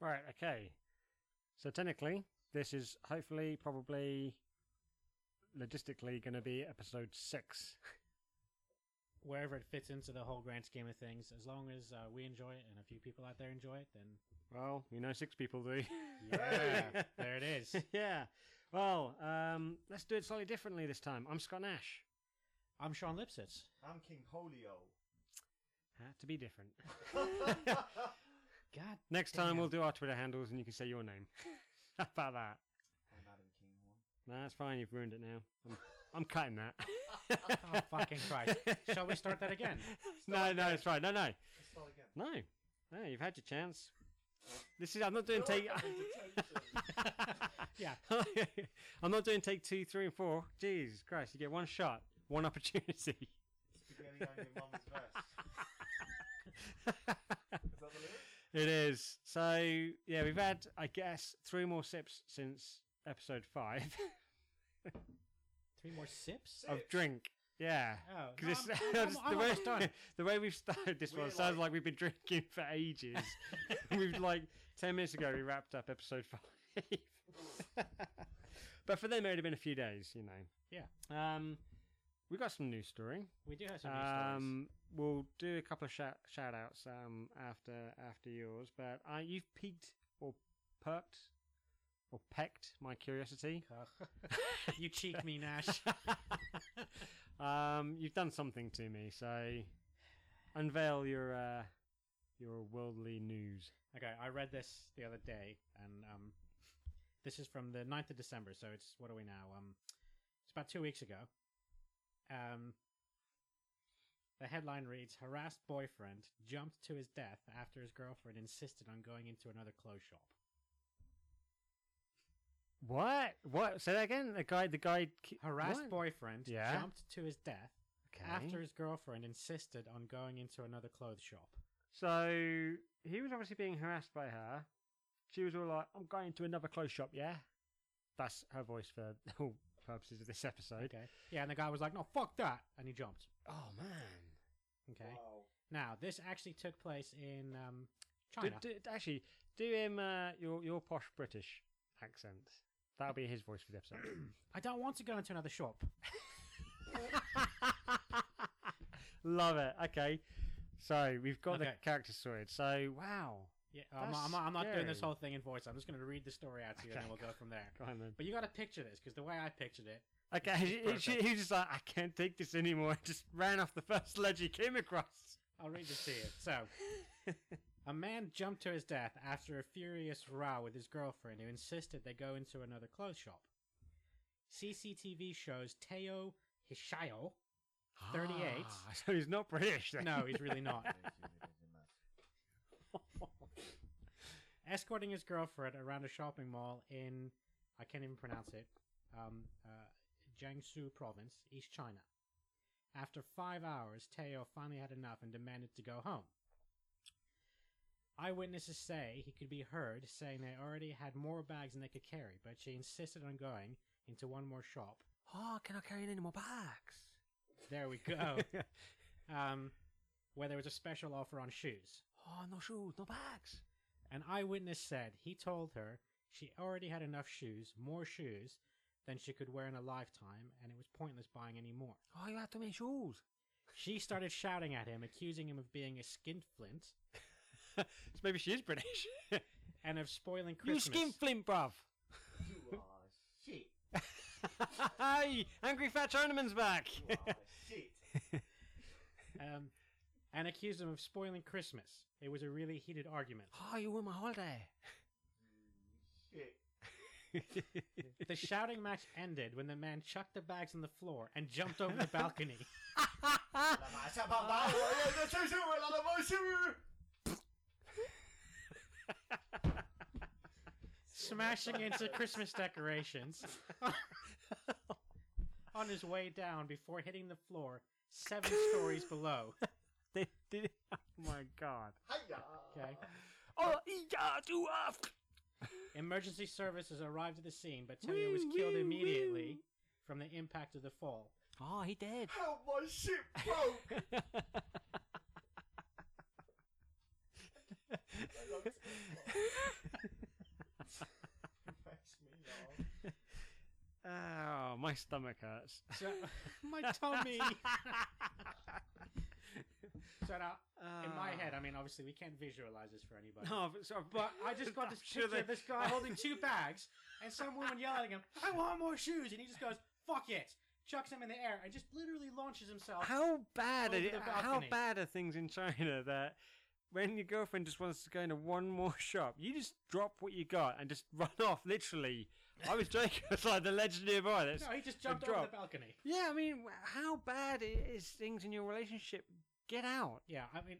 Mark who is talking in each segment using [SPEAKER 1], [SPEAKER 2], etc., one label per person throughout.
[SPEAKER 1] Right, okay. So technically, this is hopefully, probably, logistically going to be episode six.
[SPEAKER 2] Wherever it fits into the whole grand scheme of things, as long as uh, we enjoy it and a few people out there enjoy it, then
[SPEAKER 1] Well, you know, six people do.
[SPEAKER 2] yeah, there it is.
[SPEAKER 1] yeah. Well, um, let's do it slightly differently this time. I'm Scott Nash.
[SPEAKER 2] I'm Sean Lipsitz.
[SPEAKER 3] I'm King Holio.
[SPEAKER 1] Had to be different.
[SPEAKER 2] God,
[SPEAKER 1] Next time we'll do our Twitter handles and you can say your name. How about that?
[SPEAKER 3] I'm Adam Kinghorn.
[SPEAKER 1] No, that's fine. You've ruined it now. I'm, I'm cutting that.
[SPEAKER 2] oh fucking Christ! Shall we start that again?
[SPEAKER 1] no, no, it's right. No, no,
[SPEAKER 3] Let's start again.
[SPEAKER 1] no. No, you've had your chance. This is. I'm not doing take.
[SPEAKER 2] Yeah.
[SPEAKER 1] I'm not doing take two, three, and four. Jeez, Christ! You get one shot, one opportunity.
[SPEAKER 3] Spaghetti on your mum's vest. Is that the lyric?
[SPEAKER 1] It is. So yeah, we've had, I guess, three more sips since episode five
[SPEAKER 2] Three more sips.
[SPEAKER 1] of drink. Yeah.
[SPEAKER 2] Oh,
[SPEAKER 1] 'Cause
[SPEAKER 2] no,
[SPEAKER 1] this-
[SPEAKER 2] I'm- I'm-
[SPEAKER 1] this-
[SPEAKER 2] I'm- I'm
[SPEAKER 1] the, way,
[SPEAKER 2] almost done.
[SPEAKER 1] the way we've started this
[SPEAKER 3] We're
[SPEAKER 1] one sounds
[SPEAKER 3] like-
[SPEAKER 1] like we've been drinking for ages. we've like ten minutes ago we wrapped up episode five. but for them it would have been a few days, you know.
[SPEAKER 2] Yeah,
[SPEAKER 1] Um we got some news story.
[SPEAKER 2] we do have some new stories.
[SPEAKER 1] Um, we'll do a couple of shout, shout outs um, after after yours, but uh, you've piqued or perked or pecked my curiosity.
[SPEAKER 2] Um, Ugh. you cheek me, Nash.
[SPEAKER 1] Um, you've done something to me, so unveil your uh, your worldly news.
[SPEAKER 2] Okay, I read this the other day, and um, this is from the 9th of December, so it's what are we now? Um, it's about two weeks ago. Um, the headline reads Harassed boyfriend jumped to his death after his girlfriend insisted on going into another clothes shop.
[SPEAKER 1] What? What? Say that again. The guy. The guy. ki-
[SPEAKER 2] Harassed
[SPEAKER 1] what?
[SPEAKER 2] boyfriend
[SPEAKER 1] Yeah.
[SPEAKER 2] jumped to his death
[SPEAKER 1] Okay.
[SPEAKER 2] after his girlfriend insisted on going into another clothes shop.
[SPEAKER 1] So he was obviously being harassed by her. She was all like, "I'm going to another clothes shop." Yeah, that's her voice for all purposes of this episode.
[SPEAKER 2] Okay. Yeah, and the guy was like, no, fuck that. And he jumped.
[SPEAKER 1] Oh man!
[SPEAKER 2] Okay.
[SPEAKER 3] Wow.
[SPEAKER 2] Now, this actually took place in um,
[SPEAKER 1] Do,
[SPEAKER 2] China.
[SPEAKER 1] do, actually, do him uh, your your posh British accent. That'll be his voice for the episode.
[SPEAKER 2] I don't want to go into another shop.
[SPEAKER 1] Love it. Okay, so we've got the
[SPEAKER 2] Okay.
[SPEAKER 1] character sorted. So wow,
[SPEAKER 2] Yeah, I'm,
[SPEAKER 1] That's
[SPEAKER 2] not- I'm, not- I'm not doing this
[SPEAKER 1] scary.
[SPEAKER 2] whole thing in voice. I'm just going to read the story out to you, and then we'll go from there.
[SPEAKER 1] Go on then.
[SPEAKER 2] But you got to picture this, because the way I pictured it,
[SPEAKER 1] Okay, he, she, he was just like, I can't take this anymore. Just ran off the first ledge he came across.
[SPEAKER 2] I'll read this to you. So, a man jumped to his death after a furious row with his girlfriend, who insisted they go into another clothes shop. CCTV shows Teo Hishayo. 38.
[SPEAKER 1] Ah, so he's not British then.
[SPEAKER 2] No, he's really not.
[SPEAKER 3] That's
[SPEAKER 2] escorting his girlfriend around a shopping mall in I can't even pronounce it, um, uh, Jiangsu Province, East China. After five hours, Teo finally had enough and demanded to go home. Eyewitnesses say he could be heard saying they already had more bags than they could carry, but she insisted on going into one more shop.
[SPEAKER 1] Oh, can I carry any more bags?
[SPEAKER 2] There we go. um, where there was a special offer on shoes.
[SPEAKER 1] Oh, no shoes, no bags.
[SPEAKER 2] An eyewitness said he told her she already had enough shoes, more shoes, than she could wear in a lifetime, and it was pointless buying any more.
[SPEAKER 1] Oh, you have too many shoes.
[SPEAKER 2] She started shouting at him, accusing him of being a skinflint
[SPEAKER 1] so maybe she is British.
[SPEAKER 2] and of spoiling
[SPEAKER 1] you
[SPEAKER 2] Christmas.
[SPEAKER 1] skin flint, bruv.
[SPEAKER 3] You are shit.
[SPEAKER 1] hey, Angry Fat Tournament's back.
[SPEAKER 3] You are shit.
[SPEAKER 2] um, and accused him of spoiling Christmas. It was a really heated argument.
[SPEAKER 1] oh, you won my holiday.
[SPEAKER 3] Mm, Shit.
[SPEAKER 2] The shouting match ended when the man chucked the bags on the floor and jumped over the balcony. smashing into Christmas decorations on his way down before hitting the floor seven stories below.
[SPEAKER 1] They did. Oh my god.
[SPEAKER 2] Okay.
[SPEAKER 1] Oh, yeah, do off.
[SPEAKER 2] Emergency services arrived at the scene, but Tony
[SPEAKER 1] Woo,
[SPEAKER 2] was killed
[SPEAKER 1] woo,
[SPEAKER 2] immediately
[SPEAKER 1] woo.
[SPEAKER 2] from the impact of the fall.
[SPEAKER 1] Oh, he did.
[SPEAKER 3] Help my ship broke.
[SPEAKER 1] Oh, My stomach hurts.
[SPEAKER 2] So my tummy. so now, in my head, I mean, obviously, we can't visualize this for anybody.
[SPEAKER 1] Uh, No, but, so,
[SPEAKER 2] But I just got this
[SPEAKER 1] I'm sure
[SPEAKER 2] picture of
[SPEAKER 1] they-
[SPEAKER 2] this guy holding two bags and some woman yelling at him, I want more shoes. And he just goes, fuck it. Chucks them in the air and just literally launches himself.
[SPEAKER 1] How bad are
[SPEAKER 2] Over
[SPEAKER 1] it,
[SPEAKER 2] the
[SPEAKER 1] how
[SPEAKER 2] balcony.
[SPEAKER 1] bad are things in China that when your girlfriend just wants to go into one more shop, you just drop what you got and just run off. Literally, I was joking. It's like the legend nearby. That's
[SPEAKER 2] No, he just jumped over
[SPEAKER 1] drop.
[SPEAKER 2] the balcony.
[SPEAKER 1] yeah. I mean, w- how bad i- is things in your relationship? Get out.
[SPEAKER 2] Yeah, I mean,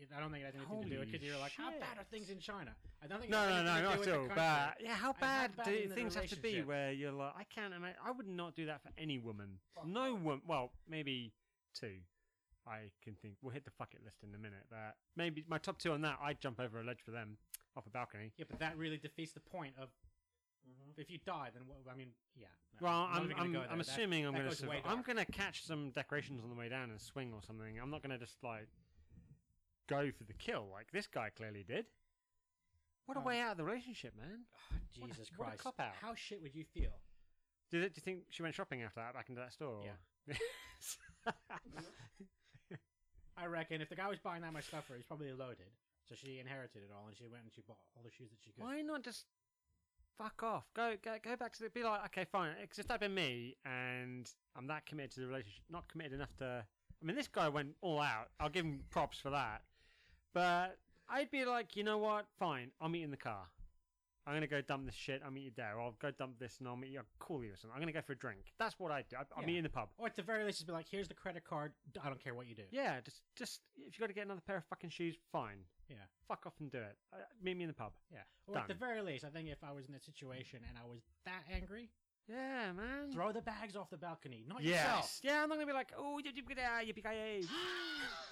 [SPEAKER 2] I- I don't think it had anything to do with it
[SPEAKER 1] Holy
[SPEAKER 2] because you were like, how
[SPEAKER 1] shit.
[SPEAKER 2] bad are things in China? I don't think it
[SPEAKER 1] No,
[SPEAKER 2] had
[SPEAKER 1] no,
[SPEAKER 2] anything
[SPEAKER 1] no,
[SPEAKER 2] to do
[SPEAKER 1] not
[SPEAKER 2] with
[SPEAKER 1] at
[SPEAKER 2] the
[SPEAKER 1] all.
[SPEAKER 2] country.
[SPEAKER 1] But yeah, how
[SPEAKER 2] And how
[SPEAKER 1] bad
[SPEAKER 2] bad
[SPEAKER 1] do
[SPEAKER 2] in the
[SPEAKER 1] things have to be
[SPEAKER 2] relationship.
[SPEAKER 1] where you're like, I can't imagine. I would not do that for any woman.
[SPEAKER 3] Fuck
[SPEAKER 1] No
[SPEAKER 3] off.
[SPEAKER 1] woman. Well, maybe two. I can think. We'll hit the fuck it list in a minute. That maybe my top two on that. I'd jump over a ledge for them off a balcony.
[SPEAKER 2] Yeah, but that really defeats the point of if you die, then what? I mean, yeah. no,
[SPEAKER 1] Well,
[SPEAKER 2] not
[SPEAKER 1] I'm
[SPEAKER 2] even gonna
[SPEAKER 1] I'm,
[SPEAKER 2] go
[SPEAKER 1] I'm
[SPEAKER 2] there. That-
[SPEAKER 1] assuming I'm
[SPEAKER 2] that
[SPEAKER 1] going to
[SPEAKER 2] goes way
[SPEAKER 1] survive. I'm
[SPEAKER 2] dark.
[SPEAKER 1] going to catch some decorations on the way down and swing or something. I'm not going to just like go for the kill like this guy clearly did. What a
[SPEAKER 2] Um,
[SPEAKER 1] way out of the relationship, man!
[SPEAKER 2] Oh,
[SPEAKER 1] What a-
[SPEAKER 2] Jesus
[SPEAKER 1] what a
[SPEAKER 2] Christ!
[SPEAKER 1] cop-out.
[SPEAKER 2] How shit would you feel?
[SPEAKER 1] Did it, do you think she went shopping after that back into that store?
[SPEAKER 2] Yeah.
[SPEAKER 1] Yeah.
[SPEAKER 2] I reckon if the guy was buying that much stuff for, her, he's probably loaded. So she inherited it all, and she went and she bought all the shoes that she could.
[SPEAKER 1] Why not just fuck off? Go go go back to the. Be like, okay, fine. Because if that'd been me, and I'm that committed to the relationship, not committed enough to. I mean, this guy went all out. I'll give him props for that. But I'd be like, you know what? Fine. I'll meet you in the car. I'm gonna go dump this shit. I'll meet you there. Or I'll go dump this, and I'll meet you. I'll call you or something. I'm gonna go for a drink. That's what I do. I, I'll meet
[SPEAKER 2] Yeah.
[SPEAKER 1] you in the pub.
[SPEAKER 2] Or at the very least, just be like, "Here's the credit card. D- I don't care what you do."
[SPEAKER 1] Yeah, just just if you got to get another pair of fucking shoes, fine.
[SPEAKER 2] Yeah.
[SPEAKER 1] Fuck off and do it. Uh, meet me in the pub.
[SPEAKER 2] Yeah. Or at the
[SPEAKER 1] Done.
[SPEAKER 2] very least, I think if I was in that situation and I was that angry,
[SPEAKER 1] Yeah, man.
[SPEAKER 2] throw the bags off the balcony, not
[SPEAKER 1] Yes. Yeah, I'm not gonna be like, oh, you did good, ah, yippee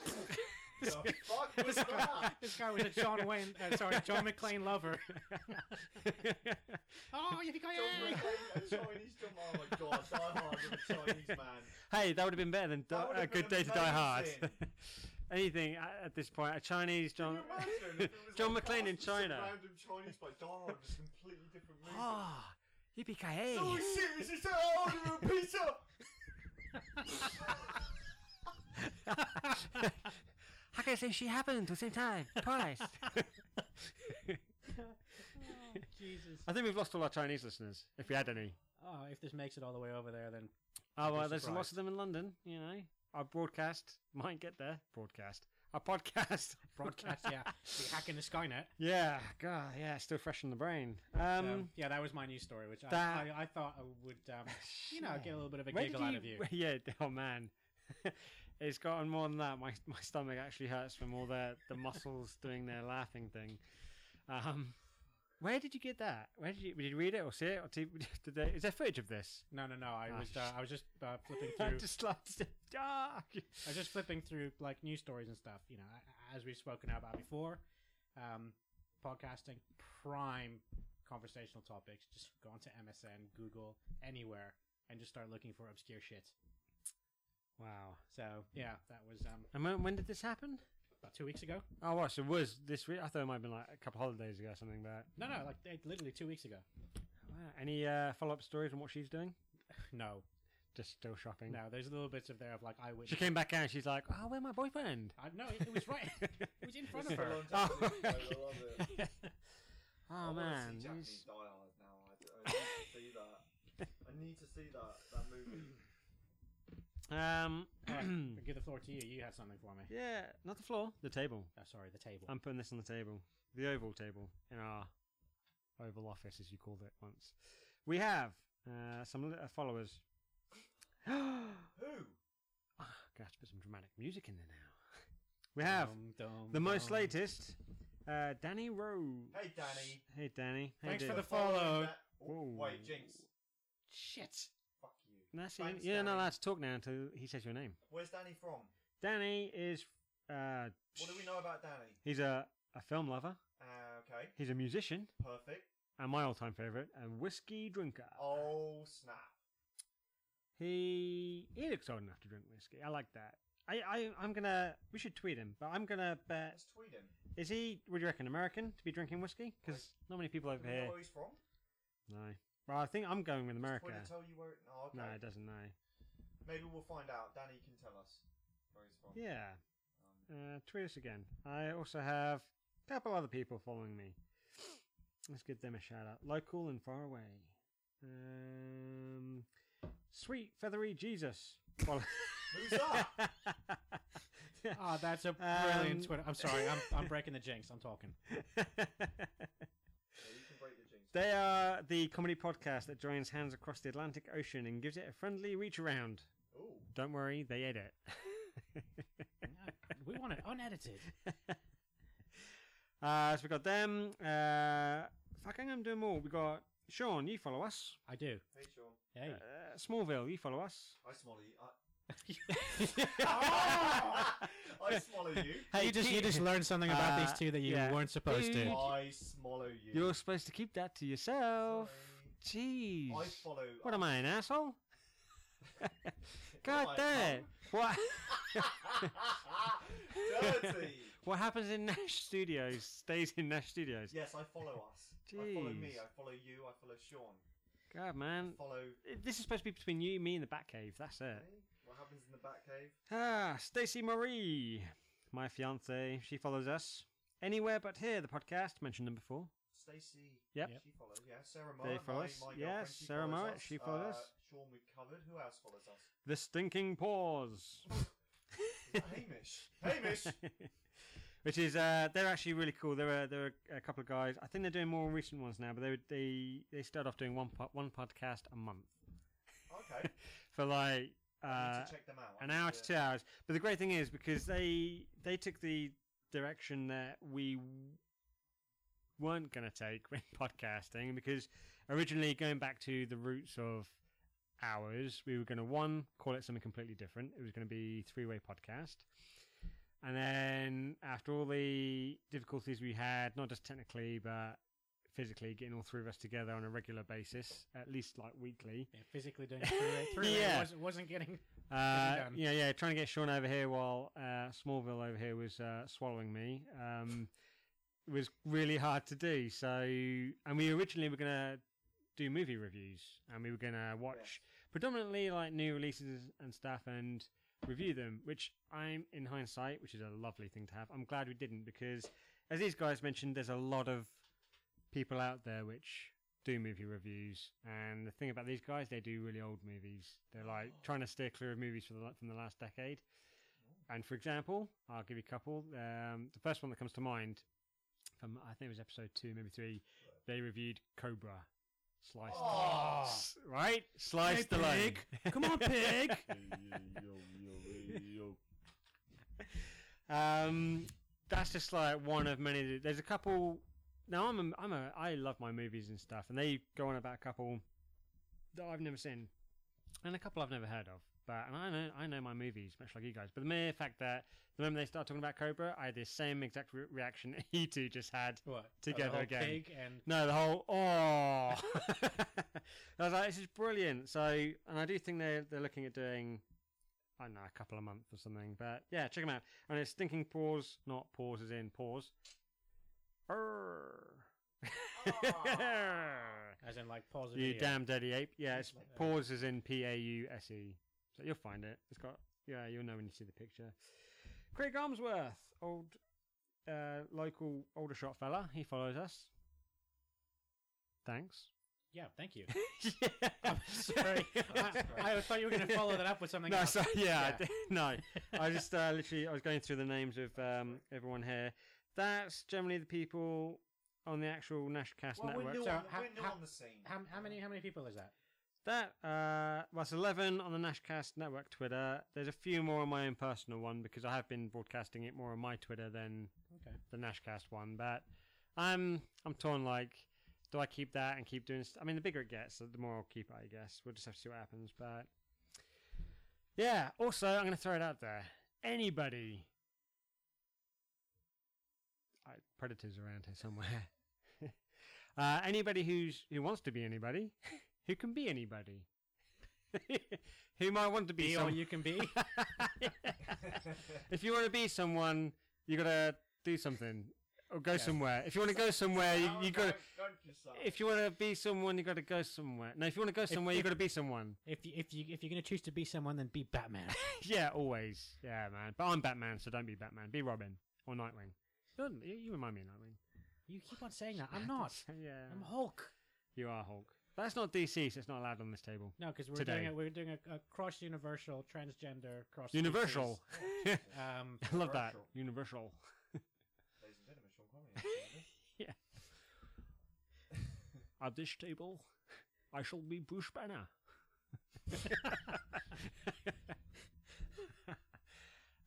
[SPEAKER 2] Mm-hmm. yourself.
[SPEAKER 3] The fuck was
[SPEAKER 2] this, guy,
[SPEAKER 3] that?
[SPEAKER 2] this guy was a John Wayne, uh, sorry, John McClane lover. Oh, you think I
[SPEAKER 3] John
[SPEAKER 2] am?
[SPEAKER 3] McClane, a Chinese John. Oh my god, Die Hard with a Chinese man.
[SPEAKER 1] hey, that would have been better than
[SPEAKER 3] That
[SPEAKER 1] Di-
[SPEAKER 3] would
[SPEAKER 1] a
[SPEAKER 3] have
[SPEAKER 1] good
[SPEAKER 3] been
[SPEAKER 1] day to die hard.
[SPEAKER 3] amazing.
[SPEAKER 1] Anything uh, at, at this point, a Chinese John
[SPEAKER 3] Can you imagine if it was
[SPEAKER 1] John
[SPEAKER 3] like "Oh,
[SPEAKER 1] McClane in
[SPEAKER 3] cast with some
[SPEAKER 1] China.
[SPEAKER 3] Random Chinese by Die Hard, just completely different movie.
[SPEAKER 1] Ah, yippee
[SPEAKER 3] Oh shit, is this Oh, that order a pizza?
[SPEAKER 1] Oh, How can I say she happened at the same time? Twice.
[SPEAKER 2] Oh, Jesus.
[SPEAKER 1] I think we've lost all our Chinese listeners, if we had any.
[SPEAKER 2] Oh, if this makes it all the way over there, then
[SPEAKER 1] Oh,
[SPEAKER 2] be
[SPEAKER 1] well, there's lots
[SPEAKER 2] surprised.
[SPEAKER 1] of them in London, you know. Our broadcast might get there. Broadcast. Our podcast.
[SPEAKER 2] broadcast, yeah, be hacking the Skynet.
[SPEAKER 1] Yeah, God, yeah, it's still fresh in the brain. Um,
[SPEAKER 2] so, yeah, that was my news story, which
[SPEAKER 1] that-
[SPEAKER 2] I, I, I thought I would, um, you know, get a little bit of a
[SPEAKER 1] Where did
[SPEAKER 2] giggle out of you.
[SPEAKER 1] Yeah, oh man, it's gotten more than that. My my stomach actually hurts from all the the muscles doing their laughing thing. Um, where did you get that? Where did you did you read it or see it or t- did they, is there footage of this?
[SPEAKER 2] No, no, no. I
[SPEAKER 1] Ah,
[SPEAKER 2] was, uh,
[SPEAKER 1] shit.
[SPEAKER 2] I was just uh, flipping
[SPEAKER 1] I
[SPEAKER 2] through.
[SPEAKER 1] just like to- ah.
[SPEAKER 2] I was just flipping through like news stories and stuff. You know, a- as we've spoken about before, um, podcasting prime conversational topics. Just go onto MSN, Google, anywhere, and just start looking for obscure shit.
[SPEAKER 1] Wow.
[SPEAKER 2] So yeah, that was um,
[SPEAKER 1] And when, when did this happen?
[SPEAKER 2] about two weeks ago.
[SPEAKER 1] Oh, well, so it was this week. I thought it might have been like a couple holidays ago or something. But
[SPEAKER 2] No, no, like eh, literally two weeks ago.
[SPEAKER 1] wow. any uh, follow up stories on what she's doing?
[SPEAKER 2] No,
[SPEAKER 1] Just still shopping.
[SPEAKER 2] no. There's little bits of there of like I would.
[SPEAKER 1] She came back out and she's like, "Oh, where my boyfriend?"
[SPEAKER 2] I, no, it, it was right. it was in front of
[SPEAKER 3] It's a
[SPEAKER 2] her.
[SPEAKER 3] long time
[SPEAKER 1] Oh,
[SPEAKER 3] ago, I love it. I
[SPEAKER 1] oh
[SPEAKER 3] wanna
[SPEAKER 1] man,
[SPEAKER 3] see
[SPEAKER 1] these-
[SPEAKER 3] Japanese Die Hard now. I, I need to see that. I need to see that that movie.
[SPEAKER 1] Um,
[SPEAKER 2] All right, I'll give the floor to you. You had something for me.
[SPEAKER 1] yeah, Um, not the floor, the table.
[SPEAKER 2] Oh, sorry, the table.
[SPEAKER 1] I'm putting this on the table, the oval table in our oval office, as you called it once. We have uh, some li- uh, followers. Ah,
[SPEAKER 3] Who?
[SPEAKER 1] Gosh, put some dramatic music in there now. We have
[SPEAKER 2] Dum, dum,
[SPEAKER 1] the most
[SPEAKER 2] dum.
[SPEAKER 1] latest, uh, Danny Rose.
[SPEAKER 3] Hey, Danny.
[SPEAKER 1] Hey, Danny. How you
[SPEAKER 2] Thanks for
[SPEAKER 1] doing?
[SPEAKER 2] the follow.
[SPEAKER 3] That- Oh,
[SPEAKER 1] Whoa.
[SPEAKER 3] wait, Jinx.
[SPEAKER 2] Shit.
[SPEAKER 3] Fuck you.
[SPEAKER 1] That's it.
[SPEAKER 3] Thanks,
[SPEAKER 1] You're not
[SPEAKER 3] Danny.
[SPEAKER 1] allowed to talk now until he says your name.
[SPEAKER 3] Where's Danny from?
[SPEAKER 1] Danny is. Uh,
[SPEAKER 3] What do we know about Danny?
[SPEAKER 1] He's a, a film lover.
[SPEAKER 3] Uh, okay,
[SPEAKER 1] He's a musician.
[SPEAKER 3] perfect.
[SPEAKER 1] and my all-time favorite, a whiskey drinker.
[SPEAKER 3] Oh snap!
[SPEAKER 1] He he looks old enough to drink whiskey. I like that. I, I I'm gonna we should tweet him, but I'm gonna bet
[SPEAKER 3] Let's tweet him.
[SPEAKER 1] is he would you reckon American to be drinking whiskey? Because not many people
[SPEAKER 3] Do
[SPEAKER 1] over
[SPEAKER 3] we know
[SPEAKER 1] here.
[SPEAKER 3] where he's from?
[SPEAKER 1] No, Well, I think I'm going with America.
[SPEAKER 3] Does Twitter tell you where? It, oh, okay.
[SPEAKER 1] No, it doesn't know.
[SPEAKER 3] Maybe we'll find out. Danny can tell us where he's from.
[SPEAKER 1] Yeah.
[SPEAKER 3] Um,
[SPEAKER 1] Uh, tweet us again. I also have a couple other people following me. Let's give them a shout out. Local and far away. Um, sweet feathery Jesus. Well-
[SPEAKER 3] Who's that?
[SPEAKER 2] Ah, that's a brilliant
[SPEAKER 1] Um,
[SPEAKER 2] Twitter. I'm sorry, I'm, I'm breaking the jinx. I'm talking.
[SPEAKER 3] yeah, you can break the jinx.
[SPEAKER 1] they are the comedy podcast that joins hands across the Atlantic Ocean and gives it a friendly reach around.
[SPEAKER 3] Ooh.
[SPEAKER 1] Don't worry, they ate it.
[SPEAKER 2] We want it unedited.
[SPEAKER 1] Uh, so we got them. Uh, fucking, I'm doing more. We got Sean. You follow us.
[SPEAKER 2] I do.
[SPEAKER 3] Hey, Sean.
[SPEAKER 2] Hey.
[SPEAKER 1] Uh, Smallville. You follow us.
[SPEAKER 3] I swallow you. I, I
[SPEAKER 1] I
[SPEAKER 3] swallow you.
[SPEAKER 1] Hey,
[SPEAKER 2] you just you
[SPEAKER 1] Pete-
[SPEAKER 2] just learned something about
[SPEAKER 1] Uh,
[SPEAKER 2] these two that you
[SPEAKER 1] yeah.
[SPEAKER 2] weren't supposed
[SPEAKER 1] Dude.
[SPEAKER 2] to.
[SPEAKER 3] I swallow you.
[SPEAKER 1] You're supposed to keep that to yourself. Jeez.
[SPEAKER 3] I follow.
[SPEAKER 1] What am I, an asshole?
[SPEAKER 3] what am
[SPEAKER 1] God
[SPEAKER 3] I,
[SPEAKER 1] damn it.
[SPEAKER 3] a
[SPEAKER 1] What,
[SPEAKER 3] cum? Dirty.
[SPEAKER 1] what happens in Nash Studios stays in Nash Studios.
[SPEAKER 3] Yes, I follow us. I follow me.
[SPEAKER 1] Jeez.
[SPEAKER 3] I follow you. I follow Sean.
[SPEAKER 1] God,
[SPEAKER 3] I
[SPEAKER 1] man.
[SPEAKER 3] follow.
[SPEAKER 1] This is supposed to be between you, me, and the Batcave. That's it.
[SPEAKER 3] me. What happens in the back cave?
[SPEAKER 1] Ah, Stacey Marie, my fiance. She follows us anywhere but here. The podcast mentioned them before.
[SPEAKER 3] Stacy.
[SPEAKER 1] Yep.
[SPEAKER 2] Yep.
[SPEAKER 3] She follows. Yeah. Sarah Murray.
[SPEAKER 1] follow
[SPEAKER 3] my,
[SPEAKER 1] us.
[SPEAKER 3] My
[SPEAKER 1] Yes,
[SPEAKER 3] girlfriend, she
[SPEAKER 1] Sarah
[SPEAKER 3] follows
[SPEAKER 1] Murray,
[SPEAKER 3] us.
[SPEAKER 1] she follows
[SPEAKER 3] uh,
[SPEAKER 1] us.
[SPEAKER 3] Sean, we've covered. Who else follows us?
[SPEAKER 1] The stinking paws.
[SPEAKER 3] Is that Hamish. Hamish.
[SPEAKER 1] Which is uh, they're actually really cool. There are there are a couple of guys. I think they're doing more recent ones now, but they were- they they started off doing one po- one podcast a month
[SPEAKER 3] Okay.
[SPEAKER 1] for like
[SPEAKER 3] I
[SPEAKER 1] uh,
[SPEAKER 3] need to check them out. I
[SPEAKER 1] an
[SPEAKER 3] need
[SPEAKER 1] hour
[SPEAKER 3] to-
[SPEAKER 1] to two hours. But the great thing is because they they took the direction that we weren't going to take when podcasting because originally going back to the roots of ours, we were going to one call it something completely different. It was going to be three way podcast. And then after all the difficulties we had, not just technically but physically, getting all three of us together on a regular basis, at least like weekly,
[SPEAKER 2] Yeah, physically doing three, three
[SPEAKER 1] Yeah.
[SPEAKER 2] wasn't, wasn't getting.
[SPEAKER 1] uh,
[SPEAKER 2] done.
[SPEAKER 1] yeah, yeah. Trying to get Sean over here while uh, Smallville over here was uh, swallowing me um, was really hard to do. So, and we originally were gonna do movie reviews, and we were gonna watch predominantly like new releases and stuff, and review them. Which I'm in hindsight, which is a lovely thing to have. I'm glad we didn't because, as these guys mentioned, there's a lot of people out there which do movie reviews, and the thing about these guys, they do really old movies. They're like trying to steer clear of movies for the, la- from the last decade. And for example, I'll give you a couple. Um, the first one that comes to mind, from I think it was episode two, maybe three, they reviewed Cobra. Sliced,
[SPEAKER 3] Oh.
[SPEAKER 1] S- right? Sliced the leg.
[SPEAKER 2] Ah. Come on, pig.
[SPEAKER 1] um, that's just like one of many. that- There's a couple. Now I'm a, I'm a I love my movies and stuff, and they go on about a couple that I've never seen, and a couple I've never heard of. But and I know I know my movies much like you guys. But the mere fact that the moment they start talking about Cobra, I had the same exact re- reaction that you two just had.
[SPEAKER 2] What?
[SPEAKER 1] Together
[SPEAKER 2] the whole
[SPEAKER 1] again.
[SPEAKER 2] Pig and
[SPEAKER 1] No, the whole oh, I was like, this is brilliant. So, and I do think they're they're looking at doing, I don't know, a couple a month or something. But yeah, check them out. And it's thinking pause, not pause as in pause. Err.
[SPEAKER 3] Ah.
[SPEAKER 2] as in like pause. the uh,
[SPEAKER 1] you
[SPEAKER 2] video.
[SPEAKER 1] damn dirty ape. Yeah, it's
[SPEAKER 2] Like that.
[SPEAKER 1] pause as in P A U S E. So you'll find it. It's got yeah, you'll know when you see the picture. Craig Armsworth, old uh, local older shot fella, he follows us. Thanks.
[SPEAKER 2] Yeah, thank you.
[SPEAKER 1] yeah.
[SPEAKER 2] I'm sorry. I, I thought you were going to follow that up with something.
[SPEAKER 1] no,
[SPEAKER 2] else.
[SPEAKER 1] sorry, yeah,
[SPEAKER 2] Yeah.
[SPEAKER 1] no. I just uh, literally I was going through the names of um, everyone here. That's generally the people on the actual Nashcast
[SPEAKER 3] Well, we're
[SPEAKER 1] network.
[SPEAKER 3] new,
[SPEAKER 2] So
[SPEAKER 3] on,
[SPEAKER 2] how-
[SPEAKER 3] we're new
[SPEAKER 2] how-
[SPEAKER 3] on the scene.
[SPEAKER 2] How, how many how many people is that?
[SPEAKER 1] That uh, well, it's eleven on the Nashcast Network Twitter. There's a few more on my own personal one because I have been broadcasting it more on my Twitter than
[SPEAKER 2] Okay.
[SPEAKER 1] the Nashcast one. But I'm I'm torn. Like, do I keep that and keep doing? St- I mean, the bigger it gets, the more I'll keep it. I guess we'll just have to see what happens. But yeah. Also, I'm going to throw it out there. Anybody? I, predators around here somewhere. uh, anybody who's who wants to be anybody, who can be anybody, who might want to be,
[SPEAKER 2] Be all
[SPEAKER 1] some-
[SPEAKER 2] you can be.
[SPEAKER 1] if you want to be someone, you gotta do something. or go
[SPEAKER 2] Yeah.
[SPEAKER 1] somewhere. If you want to go somewhere, you, you got to.
[SPEAKER 3] to.
[SPEAKER 1] If you want to be someone, you got to go somewhere. No, if you want to go somewhere, you
[SPEAKER 2] if-
[SPEAKER 1] got to be someone.
[SPEAKER 2] If you if you if you're gonna choose to be someone, then be Batman.
[SPEAKER 1] yeah, always. Yeah, man. But I'm Batman, so don't be Batman. Be Robin or Nightwing. You're, you you remind me of Nightwing.
[SPEAKER 2] you keep on saying that. I'm not.
[SPEAKER 1] yeah.
[SPEAKER 2] I'm Hulk.
[SPEAKER 1] you are Hulk. That's not DC, so it's not allowed on this table.
[SPEAKER 2] No, because we're
[SPEAKER 1] Today.
[SPEAKER 2] doing a, we're doing a, a cross universal transgender cross
[SPEAKER 1] Universal.
[SPEAKER 2] species, Um,
[SPEAKER 1] I love that. Universal.
[SPEAKER 3] Universal. Ladies and gentlemen, Sean Connery.
[SPEAKER 1] At this table, I shall be Bruce Banner.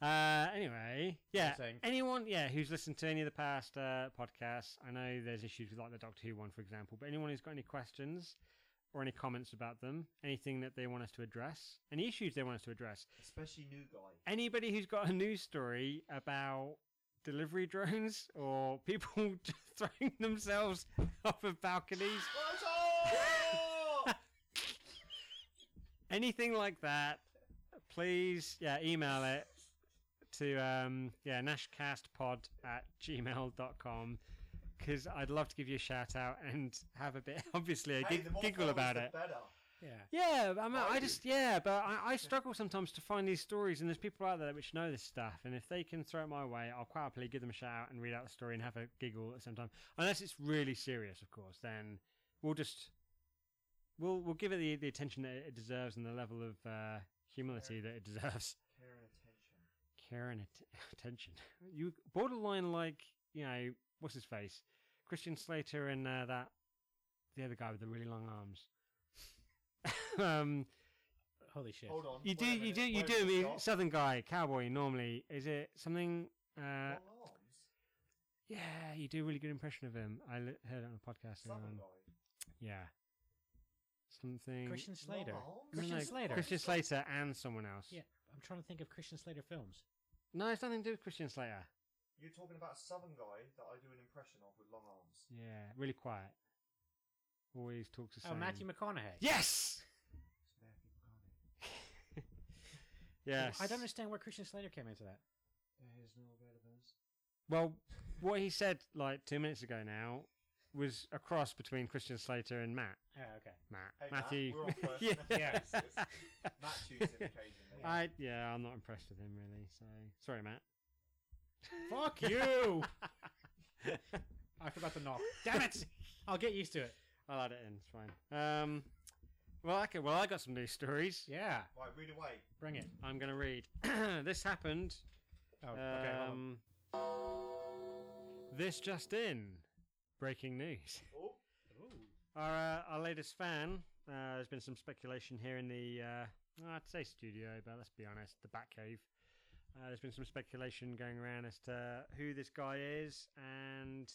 [SPEAKER 1] uh, anyway, yeah.
[SPEAKER 2] saying-
[SPEAKER 1] Anyone, yeah, who's listened to any of the past uh, podcasts, I know there's issues with like the Doctor Who one, for example. But anyone who's got any questions or any comments about them, anything that they want us to address, any issues they want us to address,
[SPEAKER 3] Especially new guy.
[SPEAKER 1] anybody who's got a news story about delivery drones or people throwing themselves off of balconies anything like that, please yeah, email it to um yeah, nashcastpod at gmail.com because I'd love to give you a shout out and have a bit obviously a
[SPEAKER 3] Hey,
[SPEAKER 1] gig-
[SPEAKER 3] the more
[SPEAKER 1] giggle
[SPEAKER 3] followers,
[SPEAKER 1] about
[SPEAKER 3] the
[SPEAKER 1] it.
[SPEAKER 3] Better.
[SPEAKER 2] yeah.
[SPEAKER 1] Yeah, but I, mean,
[SPEAKER 3] Are
[SPEAKER 1] I
[SPEAKER 3] you?
[SPEAKER 1] just yeah, but I, I struggle sometimes to find these stories, and there's people out there which know this stuff, and if they can throw it my way, I'll quite happily give them a shout out and read out the story and have a giggle at some time. Unless it's really serious, of course, then we'll just we'll we'll give it the, the attention that it deserves and the level of uh, humility that it deserves. Care
[SPEAKER 3] Care and attention.
[SPEAKER 1] and att- attention. You borderline like you know what's his face, Christian Slater and uh, that the other guy with the really long arms. um
[SPEAKER 2] Holy shit.
[SPEAKER 3] Hold on.
[SPEAKER 1] you
[SPEAKER 3] wait
[SPEAKER 1] do,
[SPEAKER 3] a
[SPEAKER 1] you
[SPEAKER 3] minute,
[SPEAKER 1] do, you
[SPEAKER 3] wait a
[SPEAKER 1] do. I
[SPEAKER 3] minute,
[SPEAKER 1] mean,
[SPEAKER 3] Scott.
[SPEAKER 1] Southern guy, cowboy. Normally, is it something? Uh,
[SPEAKER 3] Long arms?
[SPEAKER 1] yeah, you do a really good impression of him. I li- heard it on a podcast. earlier
[SPEAKER 3] Southern
[SPEAKER 1] on.
[SPEAKER 3] guy.
[SPEAKER 1] Yeah, something.
[SPEAKER 2] Christian Slater.
[SPEAKER 3] Long arms?
[SPEAKER 1] No, no,
[SPEAKER 2] Christian Slater.
[SPEAKER 1] Christian Slater and someone else.
[SPEAKER 2] Yeah, I'm trying to think of Christian Slater films.
[SPEAKER 1] No, it's nothing to do with Christian Slater.
[SPEAKER 3] You're talking about a southern guy that I do an impression of with long arms.
[SPEAKER 1] Yeah, really quiet. Always talks the same.
[SPEAKER 2] Oh, Matthew McConaughey.
[SPEAKER 1] Yes.
[SPEAKER 3] It's Matthew McConaughey.
[SPEAKER 1] Yes.
[SPEAKER 2] I don't understand where Christian Slater came into that.
[SPEAKER 3] There is no relevance.
[SPEAKER 1] Well, what he said like two minutes ago now was a cross between Christian Slater and Matt.
[SPEAKER 2] Oh, okay.
[SPEAKER 1] Matt.
[SPEAKER 3] Hey,
[SPEAKER 1] Matthew.
[SPEAKER 3] Matt, we're on first
[SPEAKER 1] yeah.
[SPEAKER 3] names. Matt shoots him occasionally.
[SPEAKER 1] I yeah, I'm not impressed with him really. So sorry, Matt.
[SPEAKER 2] Fuck you! I forgot the knock. Damn it! I'll get used to it.
[SPEAKER 1] I'll add it in. It's fine. Um, well, okay. Well, I got some news stories.
[SPEAKER 2] Yeah,
[SPEAKER 3] Right, read away.
[SPEAKER 2] bring it.
[SPEAKER 1] I'm gonna read. this happened.
[SPEAKER 2] Oh, okay. hold on.
[SPEAKER 1] Um, this just in. Breaking news.
[SPEAKER 3] Oh,
[SPEAKER 1] Our uh, our latest fan. Uh, there's been some speculation here in the uh, I'd say studio, but let's be honest, the Batcave. Uh, there's been some speculation going around as to who this guy is, and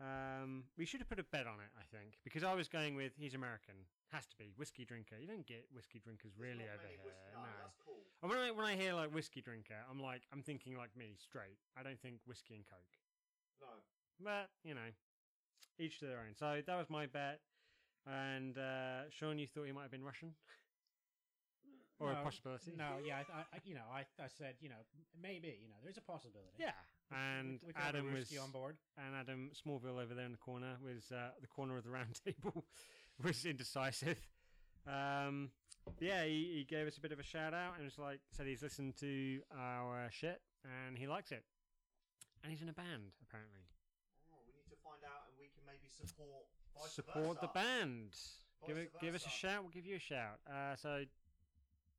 [SPEAKER 1] um, we should have put a bet on it, I think, because I was going with he's American, has to be whiskey drinker. You don't get whiskey drinkers
[SPEAKER 3] there's
[SPEAKER 1] really
[SPEAKER 3] not
[SPEAKER 1] over
[SPEAKER 3] many
[SPEAKER 1] here.
[SPEAKER 3] whiskey-
[SPEAKER 1] no.
[SPEAKER 3] no, that's cool.
[SPEAKER 1] And when I when I hear like whiskey drinker, I'm like I'm thinking like me straight. I don't think whiskey and coke.
[SPEAKER 3] No.
[SPEAKER 1] But, you know, each to their own. So that was my bet. And uh, Sean, you thought he might have been Russian? or a
[SPEAKER 2] Uh, No,
[SPEAKER 1] possibility?
[SPEAKER 2] No, yeah, I, I, you know, I, I said, you know, maybe, you know, there's a possibility.
[SPEAKER 1] Yeah.
[SPEAKER 2] We-
[SPEAKER 1] And
[SPEAKER 2] we, we can have a
[SPEAKER 1] Adam was
[SPEAKER 2] Ruski on board.
[SPEAKER 1] and Adam Smallville over there in the corner was uh, the corner of the round table was indecisive. Um, yeah, he, he gave us a bit of a shout out and was like said he's listened to our shit and he likes it. And he's in a band apparently.
[SPEAKER 3] Oh, we need to find out and we can maybe support vice
[SPEAKER 1] support the
[SPEAKER 3] versa.
[SPEAKER 1] band. Give,
[SPEAKER 3] Vice
[SPEAKER 1] it, give us a
[SPEAKER 3] versa.
[SPEAKER 1] shout. We'll give you a shout. Uh, so,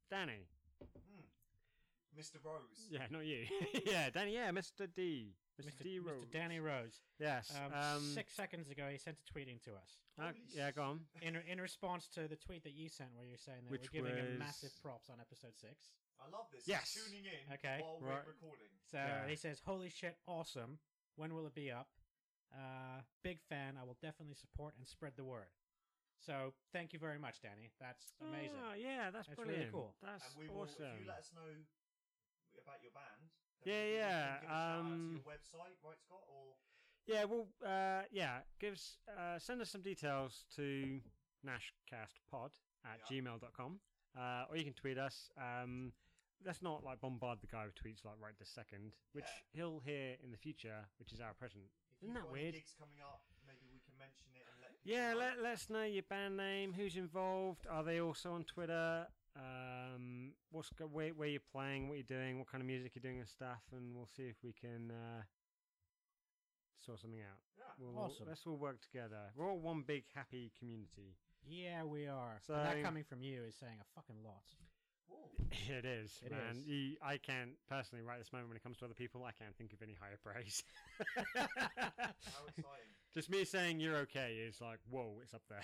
[SPEAKER 1] Danny.
[SPEAKER 3] Hmm. Mr. Rose.
[SPEAKER 1] Yeah, not you. yeah, Danny. Yeah, Mr. D. Mr. D. Rose.
[SPEAKER 2] Mr. Danny Rose.
[SPEAKER 1] Yes.
[SPEAKER 2] Um,
[SPEAKER 1] Um,
[SPEAKER 2] six seconds ago, he sent a tweet in to us
[SPEAKER 1] uh,
[SPEAKER 3] Holy
[SPEAKER 1] yeah, go on.
[SPEAKER 2] in, in response to the tweet that you sent, where you're saying that
[SPEAKER 1] Which
[SPEAKER 2] we're giving him
[SPEAKER 1] was-
[SPEAKER 2] massive props on episode six.
[SPEAKER 3] I love this.
[SPEAKER 1] Yes.
[SPEAKER 3] He's Tuning in
[SPEAKER 2] Okay.
[SPEAKER 3] while
[SPEAKER 1] Right.
[SPEAKER 3] we're recording.
[SPEAKER 2] So
[SPEAKER 1] Yeah.
[SPEAKER 2] he says, "Holy shit, awesome! When will it be up? Uh, big fan. I will definitely support and spread the word." So thank you very much, Danny. That's amazing.
[SPEAKER 1] Oh, yeah, that's,
[SPEAKER 2] That's really
[SPEAKER 1] brilliant.
[SPEAKER 2] cool.
[SPEAKER 1] That's
[SPEAKER 3] and we will,
[SPEAKER 1] awesome.
[SPEAKER 3] if you let us know about your band, then
[SPEAKER 1] Yeah,
[SPEAKER 3] maybe we
[SPEAKER 1] yeah,
[SPEAKER 3] can give a shout out to
[SPEAKER 1] um,
[SPEAKER 3] your website, right, Scott? Or
[SPEAKER 1] Yeah, well, uh, yeah. Give us, uh, send us some details to nashcastpod at
[SPEAKER 3] Yeah.
[SPEAKER 1] gmail.com. Uh, or you can tweet us. Um, let's not like bombard the guy with tweets like right this second, which
[SPEAKER 3] Yeah.
[SPEAKER 1] he'll hear in the future, which is our present.
[SPEAKER 3] If
[SPEAKER 1] Isn't
[SPEAKER 3] you've
[SPEAKER 1] that
[SPEAKER 3] got any
[SPEAKER 1] weird?
[SPEAKER 3] Gigs coming up, maybe we can mention it and let. people
[SPEAKER 1] Yeah,
[SPEAKER 3] know.
[SPEAKER 1] let, let's know your band name, who's involved, are they also on Twitter, um, what's go- where, where you're playing, what you're doing, what kind of music you're doing and stuff, and we'll see if we can uh, sort something out.
[SPEAKER 3] Yeah.
[SPEAKER 1] We'll,
[SPEAKER 2] Awesome.
[SPEAKER 1] Let's all work together. We're all one big happy community.
[SPEAKER 2] Yeah, we are. So that
[SPEAKER 1] So-
[SPEAKER 2] coming from you is saying a fucking lot.
[SPEAKER 3] Ooh.
[SPEAKER 1] It is,
[SPEAKER 2] It
[SPEAKER 1] man.
[SPEAKER 2] is.
[SPEAKER 1] You, I can't personally, right this moment, when it comes to other people, I can't think of any higher praise.
[SPEAKER 3] How exciting!
[SPEAKER 1] Just me saying you're okay is like, whoa, it's up there.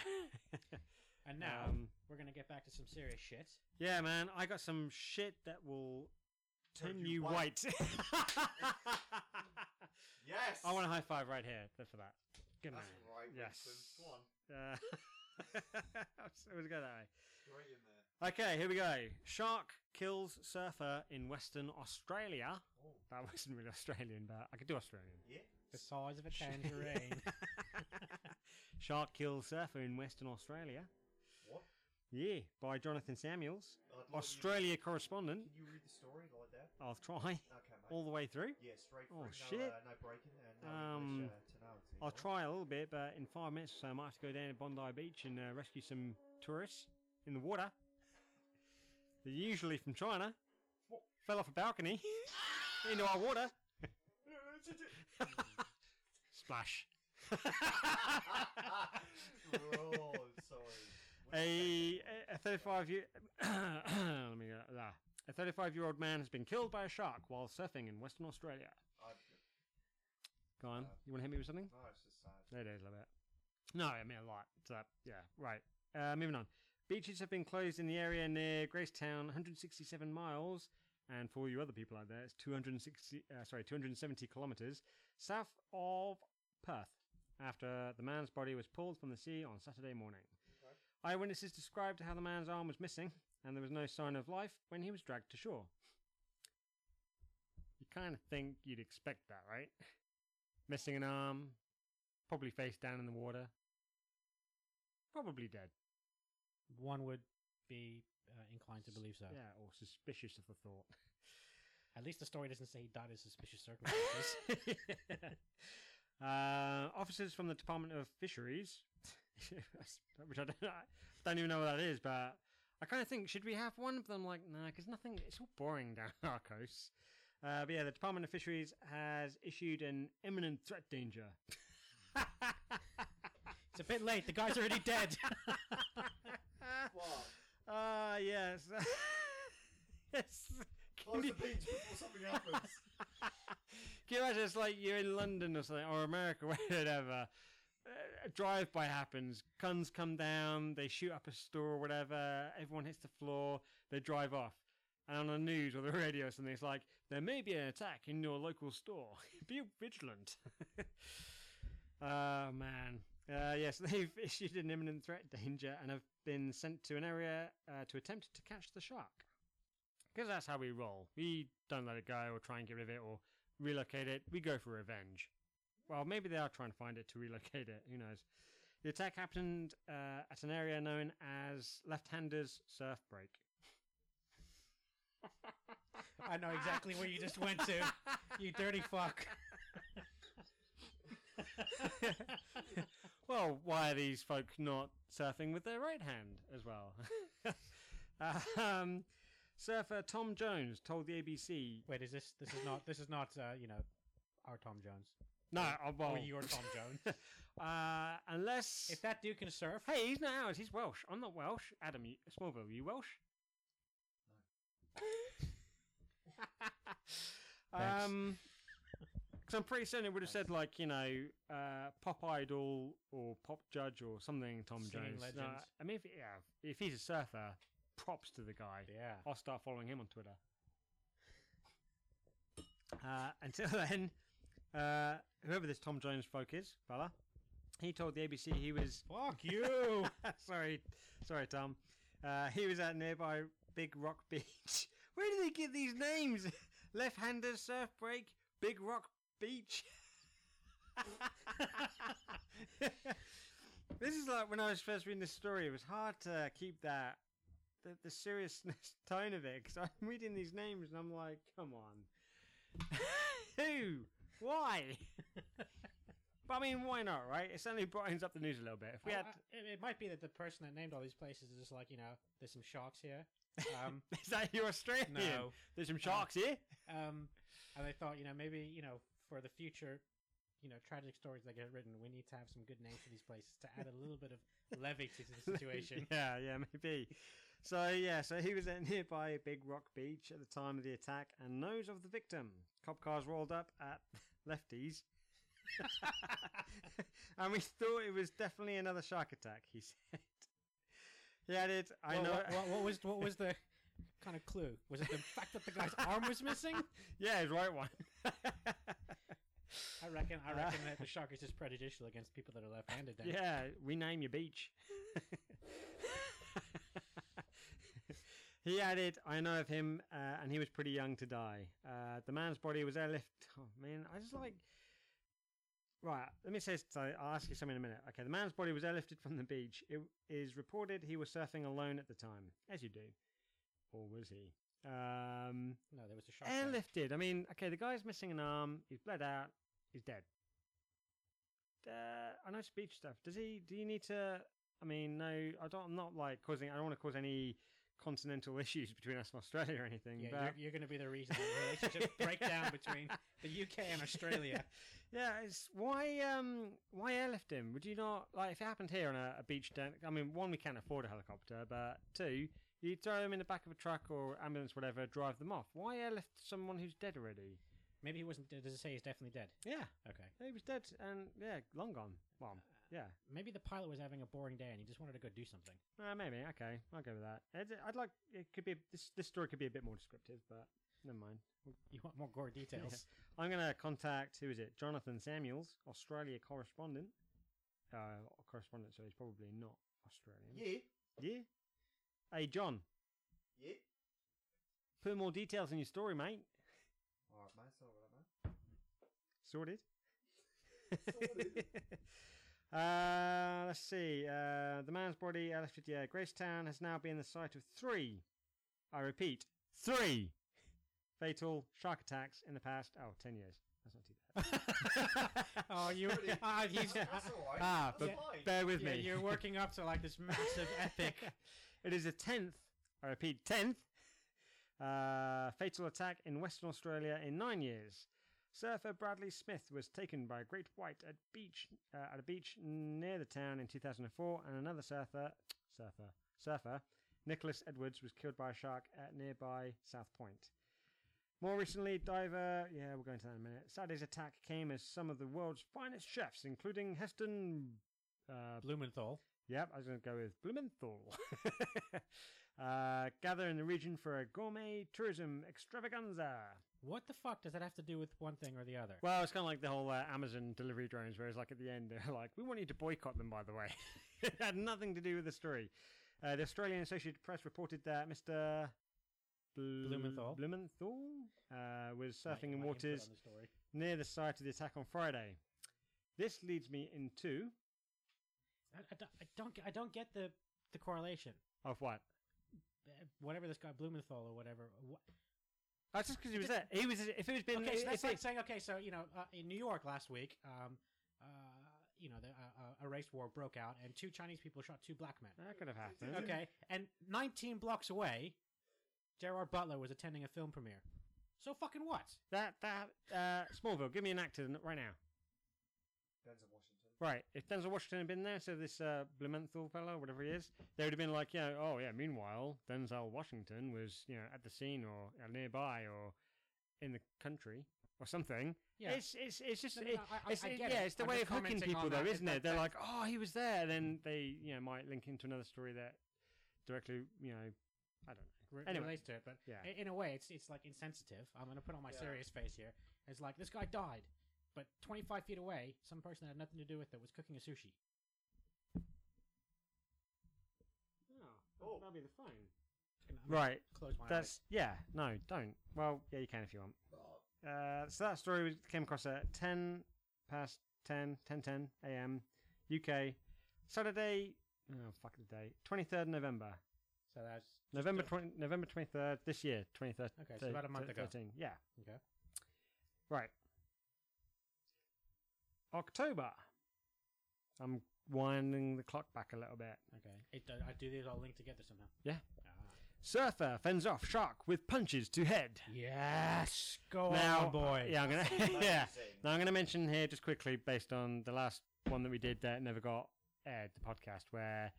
[SPEAKER 2] And now
[SPEAKER 1] Um,
[SPEAKER 2] we're gonna get back to some serious shit.
[SPEAKER 1] yeah, man, I got some shit that will turn,
[SPEAKER 3] Turn you
[SPEAKER 1] you white.
[SPEAKER 3] white. Yes.
[SPEAKER 1] I want a high five right here th- for that. Good man.
[SPEAKER 3] That's right.
[SPEAKER 1] Yes.
[SPEAKER 3] Winston. Go
[SPEAKER 1] Uh,
[SPEAKER 3] on.
[SPEAKER 1] it was good that way.
[SPEAKER 3] Straight in there.
[SPEAKER 1] Okay, here we go. Shark kills surfer in Western Australia.
[SPEAKER 3] Oh.
[SPEAKER 1] That wasn't really Australian, but I could do Australian.
[SPEAKER 3] Yeah.
[SPEAKER 2] The size of a tangerine.
[SPEAKER 1] Shark kills surfer in Western Australia.
[SPEAKER 3] What?
[SPEAKER 1] Yeah, by Jonathan Samuels,
[SPEAKER 3] I'd like you to-
[SPEAKER 1] Australia correspondent.
[SPEAKER 3] Can you read the story like that?
[SPEAKER 1] I'll try
[SPEAKER 3] Okay, mate.
[SPEAKER 1] all the way through.
[SPEAKER 3] yeah, straight
[SPEAKER 1] Oh, shit.
[SPEAKER 3] through. No, uh, no breaking and no
[SPEAKER 1] Um,
[SPEAKER 3] English, uh, tonality.
[SPEAKER 1] I'll
[SPEAKER 3] right?
[SPEAKER 1] try a little bit, but in five minutes or so, I might have to go down to Bondi Beach and uh, rescue some tourists in the water. They're usually from China. Fell off a balcony into our water. Splash.
[SPEAKER 3] oh, I'm sorry. What
[SPEAKER 1] a
[SPEAKER 3] did I say?
[SPEAKER 1] a 35 year let me get that. a 35 year old man has been killed by a shark while surfing in Western Australia.
[SPEAKER 3] I,
[SPEAKER 1] Go on,
[SPEAKER 3] Uh,
[SPEAKER 1] you want to hit me with something?
[SPEAKER 3] no, it's just sad.
[SPEAKER 1] It is a bit. No, I mean a lot. So yeah, right. Uh, moving on. Beaches have been closed in the area near Gracetown, 167 miles, and for all you other people out there, it's 260. Uh, sorry, 270 kilometers south of Perth. After the man's body was pulled from the sea on Saturday morning,
[SPEAKER 3] Okay.
[SPEAKER 1] eyewitnesses described how the man's arm was missing and there was no sign of life when he was dragged to shore. You kind of think you'd expect that, right? Missing an arm, probably face down in the water, probably dead.
[SPEAKER 2] One would be uh, inclined to believe so.
[SPEAKER 1] Yeah, or suspicious of the thought.
[SPEAKER 2] At least the story doesn't say he died in suspicious circumstances.
[SPEAKER 1] uh, officers from the Department of Fisheries, which I don't, I don't even know what that is, but I kind of think should we have one? But I'm like, no, because nothing. It's all boring down our coast. Uh, but yeah, the Department of Fisheries has issued an imminent threat danger.
[SPEAKER 2] it's a bit late. The guy's already dead.
[SPEAKER 3] Wow.
[SPEAKER 1] Ah, yes. yes.
[SPEAKER 3] Close the beach before something happens.
[SPEAKER 1] Can you imagine it's like you're in London or something, or America, whatever. Uh, a drive by happens, guns come down, they shoot up a store or whatever, everyone hits the floor, they drive off. And on the news or the radio or something, it's like, there may be an attack in your local store. be vigilant. oh, man. Uh, yes, they've issued an imminent threat danger and have been sent to an area uh, to attempt to catch the shark. Because that's how we roll. We don't let it go or try and get rid of it or relocate it. We go for revenge. Well, maybe they are trying to find it to relocate it. Who knows? The attack happened uh, at an area known as Left Handers Surf Break.
[SPEAKER 2] I know exactly where you just went to. You dirty fuck.
[SPEAKER 1] well, why are these folk not surfing with their right hand as well? um, surfer Tom Jones told the ABC.
[SPEAKER 2] Wait, is this this is not this is not uh, you know our Tom Jones
[SPEAKER 1] No, uh, well,
[SPEAKER 2] or your Tom Jones?
[SPEAKER 1] uh, unless
[SPEAKER 2] If that dude can surf,
[SPEAKER 1] Hey, he's not ours. He's Welsh. I'm not Welsh. Adam, you, Smallville, are you Welsh?
[SPEAKER 2] Thanks.
[SPEAKER 1] um, because I'm pretty certain it would have said like you know uh, pop idol or pop judge or something. Tom
[SPEAKER 2] Singing
[SPEAKER 1] Jones. No,
[SPEAKER 2] legend.
[SPEAKER 1] I mean, if, yeah, if he's a surfer, props to the guy.
[SPEAKER 2] yeah,
[SPEAKER 1] I'll start following him on Twitter. Uh, until then, uh, whoever this Tom Jones folk is, fella, he told the ABC he was
[SPEAKER 2] fuck you.
[SPEAKER 1] sorry, sorry, Tom. Uh, he was at nearby Big Rock Beach. Where do they get these names? Left-hander surf break, Big Rock Beach. this is like when I was first reading this story. It was hard to keep that the, the seriousness tone of it because I'm reading these names and I'm like, come on, who, why? but I mean, why not, right? It certainly brightens up the news a little bit. If we
[SPEAKER 2] Oh,
[SPEAKER 1] had,
[SPEAKER 2] I- it, it might be that the person that named all these places is just like, you know, there's some sharks here. Um,
[SPEAKER 1] is that your Australian?
[SPEAKER 2] no.
[SPEAKER 1] There's some sharks here.
[SPEAKER 2] Um, and they thought, you know, maybe, you know, for the future, you know, tragic stories that get written, we need to have some good names for these places to add a little bit of levity to the situation.
[SPEAKER 1] yeah, yeah, maybe. So yeah, so he was at nearby Big Rock Beach at the time of the attack and knows of the victim. Cop cars rolled up at Lefties. and we thought it was definitely another shark attack, he said. He added, I
[SPEAKER 2] Well,
[SPEAKER 1] know
[SPEAKER 2] What, what- what was what was the kind of clue? Was it the fact that the guy's arm was missing?
[SPEAKER 1] Yeah, his right one.
[SPEAKER 2] I reckon. I
[SPEAKER 1] Uh,
[SPEAKER 2] reckon that the shark is just prejudicial against people that are left-handed. Then.
[SPEAKER 1] Yeah, rename your beach. he added, I know of him, uh, and he was pretty young to die. Uh, the man's body was airlift. Oh, man, I just like. Right, let me say, s- so I'll ask you something in a minute. Okay, the man's body was airlifted from the beach. It is reported he was surfing alone at the time, as you do. Or was he? Um,
[SPEAKER 2] No, there was a shark. there.
[SPEAKER 1] airlifted. I mean, okay, the guy's missing an arm. He's bled out. He's dead. Uh, I know speech stuff. Does he? Do you need to? I mean, no, I don't. I'm not like causing. I don't want to cause any continental issues between us and Australia or anything.
[SPEAKER 2] Yeah,
[SPEAKER 1] but
[SPEAKER 2] you're, you're going to be the reason the relationship breakdown between the UK and Australia.
[SPEAKER 1] Yeah, it's why um why airlift him? Would you not like if it happened here on a, a beach down? I mean, one we can't afford a helicopter, but two, you throw them in the back of a truck or ambulance, whatever, drive them off. Why airlift someone who's dead already?
[SPEAKER 2] Maybe he wasn't. Does it say he's definitely dead?
[SPEAKER 1] Yeah,
[SPEAKER 2] Okay.
[SPEAKER 1] he was dead and yeah, long gone. Well, yeah,
[SPEAKER 2] Maybe the pilot was having a boring day and he just wanted to go do something.
[SPEAKER 1] uh, maybe okay, I'll go with that. I'd, I'd like it could be this this story could be a bit more descriptive, but never mind.
[SPEAKER 2] You want more gore details?
[SPEAKER 1] I'm going to contact who is it? Jonathan Samuels, Australia correspondent. Uh, correspondent, so he's probably not Australian.
[SPEAKER 3] Yeah,
[SPEAKER 1] Yeah. Hey, John,
[SPEAKER 3] yeah.
[SPEAKER 1] put more details in your story, mate.
[SPEAKER 3] Alright, man, it's alright, man.
[SPEAKER 1] Sorted.
[SPEAKER 3] Sorted.
[SPEAKER 1] uh, let's see. Uh, the man's body, uh, left yeah, Gracetown, has now been the site of three. I repeat, three fatal shark attacks in the past. Oh, 10 years. That's not too bad.
[SPEAKER 2] oh, you.
[SPEAKER 3] Really?
[SPEAKER 2] ah, he's,
[SPEAKER 3] That's alright.
[SPEAKER 1] Ah,
[SPEAKER 3] That's
[SPEAKER 1] but
[SPEAKER 3] fine.
[SPEAKER 1] bear with
[SPEAKER 2] yeah,
[SPEAKER 1] me.
[SPEAKER 2] you're working up to like this massive epic.
[SPEAKER 1] it is a tenth, I repeat, tenth uh, fatal attack in Western Australia in nine years. Surfer Bradley Smith was taken by a great white at beach uh, at a beach near the town in 2004, and another surfer, surfer, surfer, Nicholas Edwards was killed by a shark at nearby South Point. More recently, diver, yeah, we'll go into that in a minute. Saturday's attack came as some of the world's finest chefs, including Heston uh,
[SPEAKER 2] Blumenthal.
[SPEAKER 1] Yep, I was going to go with Blumenthal. uh, gather in the region for a gourmet tourism extravaganza.
[SPEAKER 2] What the fuck does that have to do with one thing or the other?
[SPEAKER 1] Well, it's kind of like the whole uh, Amazon delivery drones, whereas like at the end they're like, "We want you to boycott them." By the way, it had nothing to do with the story. Uh, the Australian Associated Press reported that Mr. Bl-
[SPEAKER 2] Blumenthal.
[SPEAKER 1] Blumenthal uh, was
[SPEAKER 2] My-
[SPEAKER 1] surfing in
[SPEAKER 2] my input
[SPEAKER 1] waters
[SPEAKER 2] on the story.
[SPEAKER 1] near the site of the attack on Friday. This leads me into
[SPEAKER 2] I, I don't- I don't. get- I don't get the the correlation.
[SPEAKER 1] of what?
[SPEAKER 2] Uh, Whatever this guy Blumenthal or whatever. What,
[SPEAKER 1] That's Oh, just because he was there. He was. If it was been,
[SPEAKER 2] okay, so
[SPEAKER 1] if
[SPEAKER 2] that's
[SPEAKER 1] it-
[SPEAKER 2] like saying okay, so you know, uh, in New York last week, um, uh, you know, the, uh, uh, a race war broke out, and two Chinese people shot two black men.
[SPEAKER 1] that could have happened.
[SPEAKER 2] Okay, and 19 blocks away, Gerard Butler was attending a film premiere. So fucking what?
[SPEAKER 1] That that uh, Smallville. Give me an actor n- right now.
[SPEAKER 3] Denzel Washington.
[SPEAKER 1] Right, if Denzel Washington had been there, so this uh, Blumenthal fellow, whatever he is, they would have been like, yeah, oh yeah. Meanwhile, Denzel Washington was, you know, at the scene or uh, nearby or in the country or something.
[SPEAKER 2] Yeah.
[SPEAKER 1] It's it's it's just
[SPEAKER 2] No, no,
[SPEAKER 1] it-
[SPEAKER 2] no, I- I-
[SPEAKER 1] it's,
[SPEAKER 2] I
[SPEAKER 1] it-
[SPEAKER 2] get
[SPEAKER 1] yeah,
[SPEAKER 2] it.
[SPEAKER 1] it's the
[SPEAKER 2] I'm
[SPEAKER 1] way
[SPEAKER 2] just
[SPEAKER 1] of hooking
[SPEAKER 2] commenting
[SPEAKER 1] people
[SPEAKER 2] on
[SPEAKER 1] though,
[SPEAKER 2] that,
[SPEAKER 1] isn't
[SPEAKER 2] that-
[SPEAKER 1] it? They're
[SPEAKER 2] that- Mm.
[SPEAKER 1] like, oh, he was there, then they, you know, might link into another story that directly, you know, I don't know.
[SPEAKER 2] re-
[SPEAKER 1] Anyway.
[SPEAKER 2] relates to it, but
[SPEAKER 1] Yeah.
[SPEAKER 2] i- in a way, it's it's like insensitive. I'm gonna put on my
[SPEAKER 3] Yeah.
[SPEAKER 2] serious face here. It's like this guy died, but 25 feet away, some person that had nothing to do with it was cooking a sushi.
[SPEAKER 3] Oh.
[SPEAKER 1] that'll be the phone.
[SPEAKER 2] And I'm gonna
[SPEAKER 1] Right,
[SPEAKER 2] Close my eyes.
[SPEAKER 1] that's yeah. No, don't. Well, yeah, you can if you want.
[SPEAKER 3] Oh,
[SPEAKER 1] Uh, so that story was, came across at 10 past 10, 10, a.m. UK, Saturday, oh, fuck the day, 23rd November.
[SPEAKER 2] So that's just
[SPEAKER 1] November
[SPEAKER 2] a-
[SPEAKER 1] 20, November twenty third this year, twenty third.
[SPEAKER 2] Okay, so about a month ago.
[SPEAKER 1] Yeah.
[SPEAKER 2] Okay.
[SPEAKER 1] Right. October. I'm winding the clock back a little bit.
[SPEAKER 2] Okay. It, do- I do these all linked together somehow.
[SPEAKER 1] Yeah.
[SPEAKER 2] Ah.
[SPEAKER 1] Surfer fends off shark with punches to head.
[SPEAKER 2] Yes. Go
[SPEAKER 1] Now- uh,
[SPEAKER 2] on, boy.
[SPEAKER 1] Yeah, I'm gonna.
[SPEAKER 3] Amazing.
[SPEAKER 1] yeah. Now I'm gonna mention here just quickly, based on the last one that we did that never got aired, the podcast where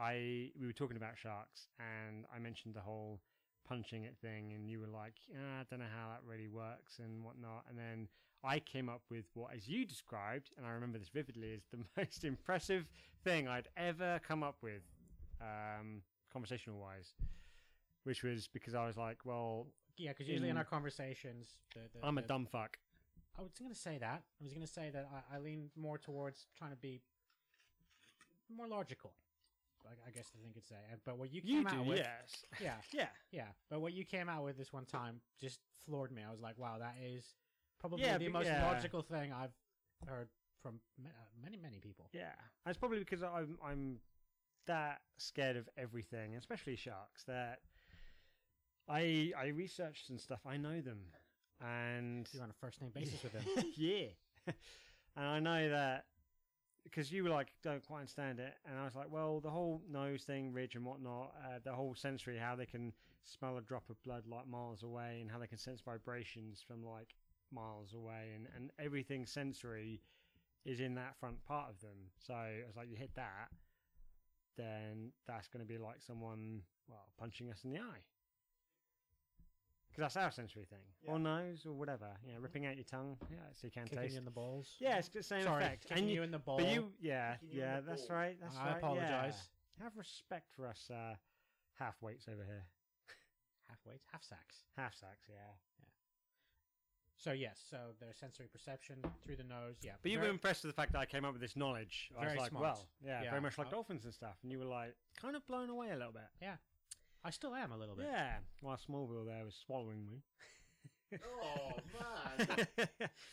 [SPEAKER 1] I we were talking about sharks and I mentioned the whole punching it thing, and you were like, "Ah, I don't know how that really works and whatnot, and then. I came up with what, as you described, and I remember this vividly, is the most impressive thing I'd ever come up with, um, conversational wise, which was because I was like, well,
[SPEAKER 2] Yeah, because usually in,
[SPEAKER 1] In-
[SPEAKER 2] our conversations, the, the,
[SPEAKER 1] I'm a
[SPEAKER 2] the-
[SPEAKER 1] dumb fuck.
[SPEAKER 2] I was going to say that. I was going to say that I, I lean more towards trying to be more logical. I, I guess the thing could say. And- But what you came
[SPEAKER 1] You
[SPEAKER 2] out
[SPEAKER 1] do,
[SPEAKER 2] with,
[SPEAKER 1] yes.
[SPEAKER 2] yeah,
[SPEAKER 1] Yeah.
[SPEAKER 2] yeah. But what you came out with this one time just floored me. I was like, wow, that is probably
[SPEAKER 1] Yeah,
[SPEAKER 2] the
[SPEAKER 1] but-
[SPEAKER 2] most
[SPEAKER 1] yeah.
[SPEAKER 2] logical thing I've heard from ma- uh, many, many people.
[SPEAKER 1] Yeah, and it's probably because I'm I'm that scared of everything, especially sharks. That I I researched and stuff. I know them, and
[SPEAKER 2] You're on a first name basis with them.
[SPEAKER 1] yeah, and I know that because you were like don't quite understand it, and I was like, well, the whole nose thing, ridge and whatnot, uh, the whole sensory, how they can smell a drop of blood like miles away, and how they can sense vibrations from like miles away, and and everything sensory is in that front part of them. So I was like, you hit that, then that's going to be like someone well punching us in the eye. Because that's our sensory thing, or
[SPEAKER 3] Yeah.
[SPEAKER 1] nose, or whatever. You know, ripping out your tongue. Yeah, so you can
[SPEAKER 2] Kicking
[SPEAKER 1] taste.
[SPEAKER 2] you in the balls.
[SPEAKER 1] Yeah, it's the same
[SPEAKER 2] Sorry,
[SPEAKER 1] effect.
[SPEAKER 2] kicking
[SPEAKER 1] And
[SPEAKER 2] you,
[SPEAKER 1] you,
[SPEAKER 2] in the ball.
[SPEAKER 1] but you, yeah,
[SPEAKER 3] Kicking you in
[SPEAKER 1] yeah,
[SPEAKER 3] the
[SPEAKER 1] that's
[SPEAKER 3] ball.
[SPEAKER 1] right. That's
[SPEAKER 2] I
[SPEAKER 1] right.
[SPEAKER 2] apologize.
[SPEAKER 1] yeah. Have respect for us uh, half weights over here,
[SPEAKER 2] Half weights, half sacks.
[SPEAKER 1] half sacks. Yeah,
[SPEAKER 2] So yes, so their sensory perception through the nose. Yeah,
[SPEAKER 1] but you were
[SPEAKER 2] very-
[SPEAKER 1] impressed with the fact that I came up with this knowledge. I was
[SPEAKER 2] Very
[SPEAKER 1] like,
[SPEAKER 2] smart.
[SPEAKER 1] well, yeah,
[SPEAKER 2] Yeah.
[SPEAKER 1] very much like
[SPEAKER 2] Uh,
[SPEAKER 1] dolphins and stuff, and you were like, kind of blown away a little bit.
[SPEAKER 2] I still am a little bit.
[SPEAKER 1] Yeah, while Smallville there was swallowing me.
[SPEAKER 3] Oh man.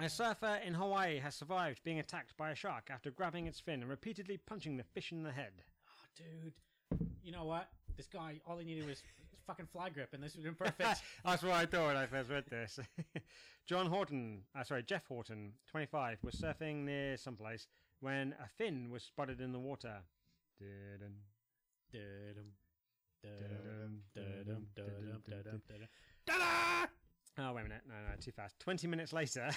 [SPEAKER 1] a surfer in Hawaii has survived being attacked by a shark after grabbing its fin and repeatedly punching the fish in the head.
[SPEAKER 2] Oh, dude, you know what? This guy, all he needed was fucking fly grip, and this would have been perfect.
[SPEAKER 1] That's what I thought when I first read this. John Horton, uh, sorry, Jeff Horton, 25, was surfing near someplace when a fin was spotted in the water. Dun,
[SPEAKER 2] Dudum, dudum,
[SPEAKER 1] dun,
[SPEAKER 2] dudum,
[SPEAKER 1] dun,
[SPEAKER 2] dun-dum,
[SPEAKER 1] dun, dun,
[SPEAKER 2] dun-dum, dun-dum.
[SPEAKER 1] Ta-da! Oh, wait a minute. No, no, too fast. 20 minutes later,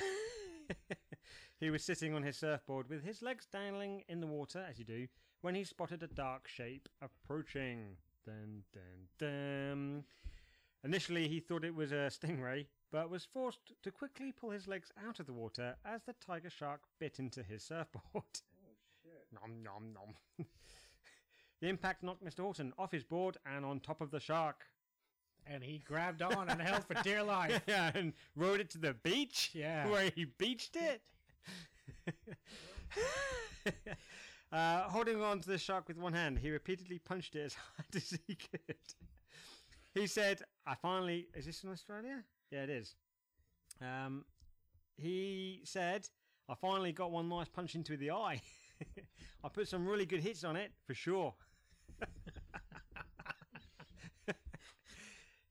[SPEAKER 1] he was sitting on his surfboard with his legs dangling in the water, as you do, when he spotted a dark shape approaching. Dun, dun, dun. Initially, he thought it was a stingray, but was forced to quickly pull his legs out of the water as the tiger shark bit into his surfboard.
[SPEAKER 3] Oh shit.
[SPEAKER 1] Nom nom nom. the impact knocked Mr. Horton off his board and on top of the shark.
[SPEAKER 2] And he grabbed on and held for dear life.
[SPEAKER 1] yeah, and rode it to the beach.
[SPEAKER 2] Yeah.
[SPEAKER 1] where he beached it. uh, holding on to the shark with one hand, he repeatedly punched it as hard as he could. He said, "I finally is this in Australia? Yeah, it is." Um, he said, "I finally got one nice punch into the eye. I put some really good hits on it for sure."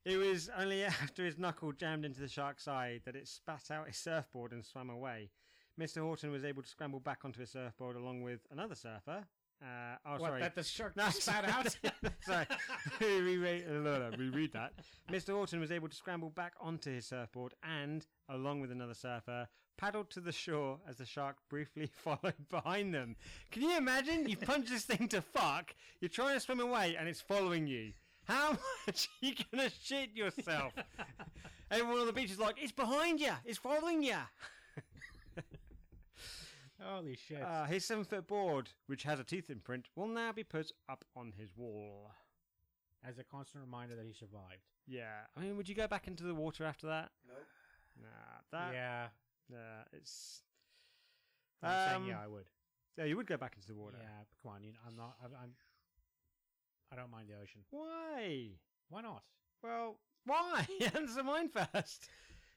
[SPEAKER 1] It was only after his knuckle jammed into the shark's eye that it spat out his surfboard and swam away. Mr. Horton was able to scramble back onto his surfboard along with another surfer. Uh, oh,
[SPEAKER 2] What?
[SPEAKER 1] sorry.
[SPEAKER 2] That the shark
[SPEAKER 1] No,
[SPEAKER 2] spat out?
[SPEAKER 1] sorry. reread, no, no, reread that. Mr. Horton was able to scramble back onto his surfboard and, along with another surfer, paddled to the shore as the shark briefly followed behind them. Can you imagine? You punch this thing to fuck, you're trying to swim away, and it's following you. How much are you going to shit yourself? Everyone on the beach is like, it's behind you, it's following you.
[SPEAKER 2] Holy shit!
[SPEAKER 1] Uh, his seven foot board, which has a teeth imprint, will now be put up on his wall.
[SPEAKER 2] As a constant reminder that he survived.
[SPEAKER 1] Yeah, I mean, would you go back into the water after that?
[SPEAKER 3] Nope.
[SPEAKER 1] Nah, that. Yeah,
[SPEAKER 2] yeah,
[SPEAKER 1] it's.
[SPEAKER 2] I'm saying,
[SPEAKER 1] Um,
[SPEAKER 2] yeah, I would.
[SPEAKER 1] Yeah, you would go back into the water.
[SPEAKER 2] Yeah, but come on, you know, I'm not. I'm, I'm. I don't mind the ocean.
[SPEAKER 1] Why?
[SPEAKER 2] Why not?
[SPEAKER 1] Well, why? Answer mine first.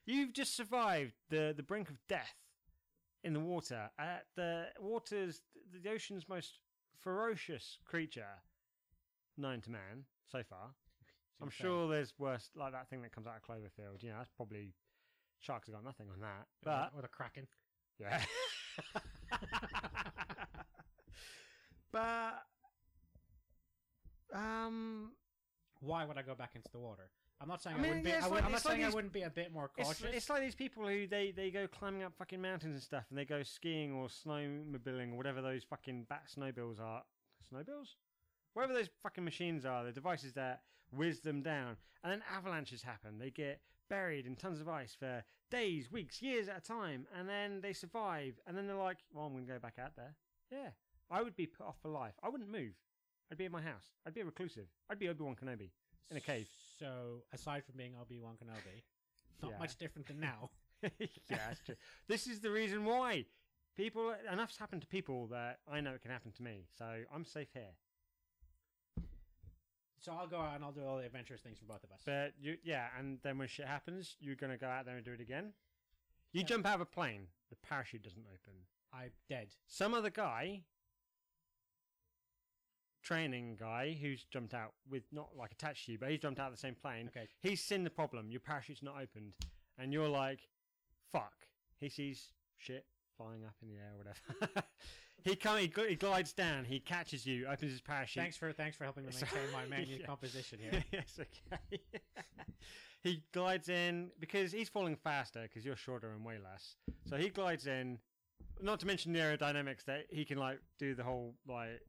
[SPEAKER 1] You've just survived the the brink of death in the water at the water's the ocean's most ferocious creature, known to man so far. I'm
[SPEAKER 2] Seems fair.
[SPEAKER 1] sure there's worse, like that thing that comes out of Cloverfield. You know, that's probably sharks have got nothing on that.
[SPEAKER 2] Or the-
[SPEAKER 1] But
[SPEAKER 2] or the kraken.
[SPEAKER 1] yeah, but um,
[SPEAKER 2] Why would I go back into the water? I'm not saying I,
[SPEAKER 1] I mean,
[SPEAKER 2] wouldn't be.
[SPEAKER 1] yeah,
[SPEAKER 2] I
[SPEAKER 1] it's
[SPEAKER 2] would,
[SPEAKER 1] like-
[SPEAKER 2] I'm not
[SPEAKER 1] it's like
[SPEAKER 2] saying I
[SPEAKER 1] these-
[SPEAKER 2] wouldn't be a bit more
[SPEAKER 1] it's,
[SPEAKER 2] cautious.
[SPEAKER 1] it's like these people who they they go climbing up fucking mountains and stuff, and they go skiing or snowmobiling or whatever those fucking bat snowbills are. Snowbills, whatever those fucking machines are, the devices that whiz them down, and then avalanches happen. They get buried in tons of ice for days, weeks, years at a time, and then they survive, and then they're like, "Well, I'm going to go back out there." Yeah, I would be put off for life. I wouldn't move. I'd be in my house. I'd be a reclusive. I'd be Obi Wan Kenobi. in a cave.
[SPEAKER 2] So aside from being Obi Wan Kenobi, not
[SPEAKER 1] Yeah.
[SPEAKER 2] much different than now.
[SPEAKER 1] yeah, that's true. This is the reason why people enough's happened to people that I know it can happen to me, so I'm safe here.
[SPEAKER 2] So I'll go out and I'll do all the adventurous things for both of us.
[SPEAKER 1] But you, yeah, and then when shit happens, you're gonna go out there and do it again. You
[SPEAKER 2] Yeah.
[SPEAKER 1] jump out of a plane, the parachute doesn't open.
[SPEAKER 2] I'm dead.
[SPEAKER 1] Some other guy, training guy, who's jumped out with not like attached to you, but he's jumped out of the same plane.
[SPEAKER 2] Okay.
[SPEAKER 1] He's seen the problem. Your parachute's not opened, and you're like, "Fuck!" He sees shit flying up in the air or whatever. he come, he, gl- he glides down. He catches you, opens his parachute.
[SPEAKER 2] Thanks for thanks for helping me
[SPEAKER 1] Sorry.
[SPEAKER 2] maintain my manual
[SPEAKER 1] Yeah.
[SPEAKER 2] composition here.
[SPEAKER 1] yes, okay. he glides in because he's falling faster because you're shorter and way less. So he glides in. Not to mention the aerodynamics that he can like do the whole like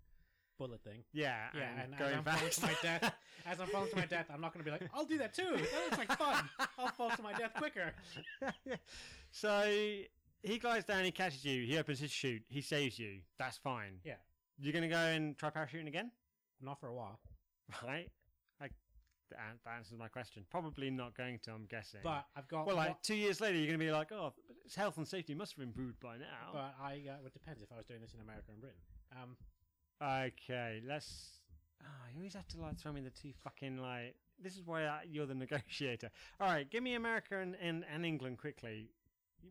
[SPEAKER 2] Bullet thing.
[SPEAKER 1] yeah,
[SPEAKER 2] Yeah,
[SPEAKER 1] and,
[SPEAKER 2] and as
[SPEAKER 1] going
[SPEAKER 2] I'm falling to
[SPEAKER 1] fast.
[SPEAKER 2] my death, As I'm falling to my death, I'm not going to be like, I'll do that too. That looks like fun. I'll fall to my death quicker.
[SPEAKER 1] so he glides down, he catches you, he opens his chute, he saves you. That's fine.
[SPEAKER 2] Yeah.
[SPEAKER 1] You're gonna go and try parachuting again,
[SPEAKER 2] Not for a while,
[SPEAKER 1] right? I, that that answers my question. Probably not going to. I'm guessing.
[SPEAKER 2] but I've got.
[SPEAKER 1] well,
[SPEAKER 2] one-
[SPEAKER 1] like two years later, you're gonna be like, oh, but its health and safety must have improved by now.
[SPEAKER 2] but I. Uh, well, it depends if I was doing this in America and Britain. Um,
[SPEAKER 1] Okay, let's. Oh, you always have to like throw me the two fucking like. This is why I, you're the negotiator. All right, give me America and, and, and England quickly.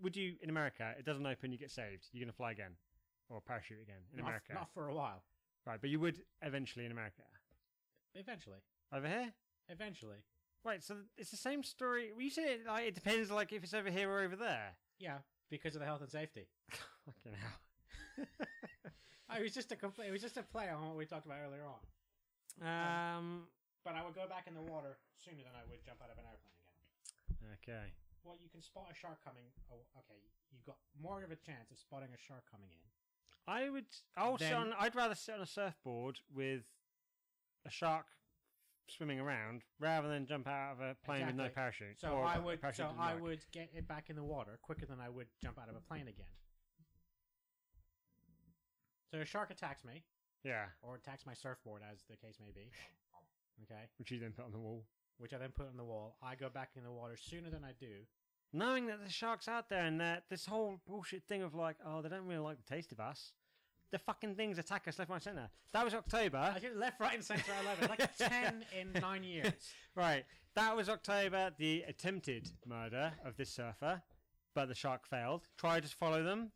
[SPEAKER 1] Would you in America? It doesn't open, you get saved. You're gonna fly again, or parachute again in
[SPEAKER 2] not,
[SPEAKER 1] America,
[SPEAKER 2] not for a while.
[SPEAKER 1] right? But you would eventually in America.
[SPEAKER 2] Eventually,
[SPEAKER 1] Over here,
[SPEAKER 2] eventually.
[SPEAKER 1] right? So it's the same story. Well, you said it, like it depends, like if it's over here or over there.
[SPEAKER 2] Yeah, because of the health and safety.
[SPEAKER 1] Fucking hell.
[SPEAKER 2] Oh, it was just a compl- It was just a play on what we talked about earlier on.
[SPEAKER 1] Um.
[SPEAKER 2] But I would go back in the water sooner than I would jump out of an airplane again.
[SPEAKER 1] Okay.
[SPEAKER 2] Well, you can spot a shark coming. Oh, okay, you've got more of a chance of spotting a shark coming in.
[SPEAKER 1] I would. I'll sit
[SPEAKER 2] Then-
[SPEAKER 1] on, I'd rather sit on a surfboard with a shark swimming around rather than jump out of a plane with no
[SPEAKER 2] Exactly.
[SPEAKER 1] parachute.
[SPEAKER 2] So
[SPEAKER 1] or
[SPEAKER 2] I
[SPEAKER 1] a
[SPEAKER 2] would.
[SPEAKER 1] parachute
[SPEAKER 2] So
[SPEAKER 1] doesn't
[SPEAKER 2] I
[SPEAKER 1] work.
[SPEAKER 2] would get it back in the water quicker than I would jump out of a plane again. So a shark attacks me,
[SPEAKER 1] Yeah,
[SPEAKER 2] or attacks my surfboard, as the case may be. Okay,
[SPEAKER 1] which you then put on the wall,
[SPEAKER 2] which I then put on the wall. I go back in the water sooner than I do.
[SPEAKER 1] knowing that the sharks out there and that this whole bullshit thing of like, oh, they don't really like the taste of us. The fucking things attack us left, right, center. That was October,
[SPEAKER 2] I did left, right, and center. I love it. Like ten in nine years.
[SPEAKER 1] right? That was October. The attempted murder of this surfer, but the shark failed. Tried to follow them,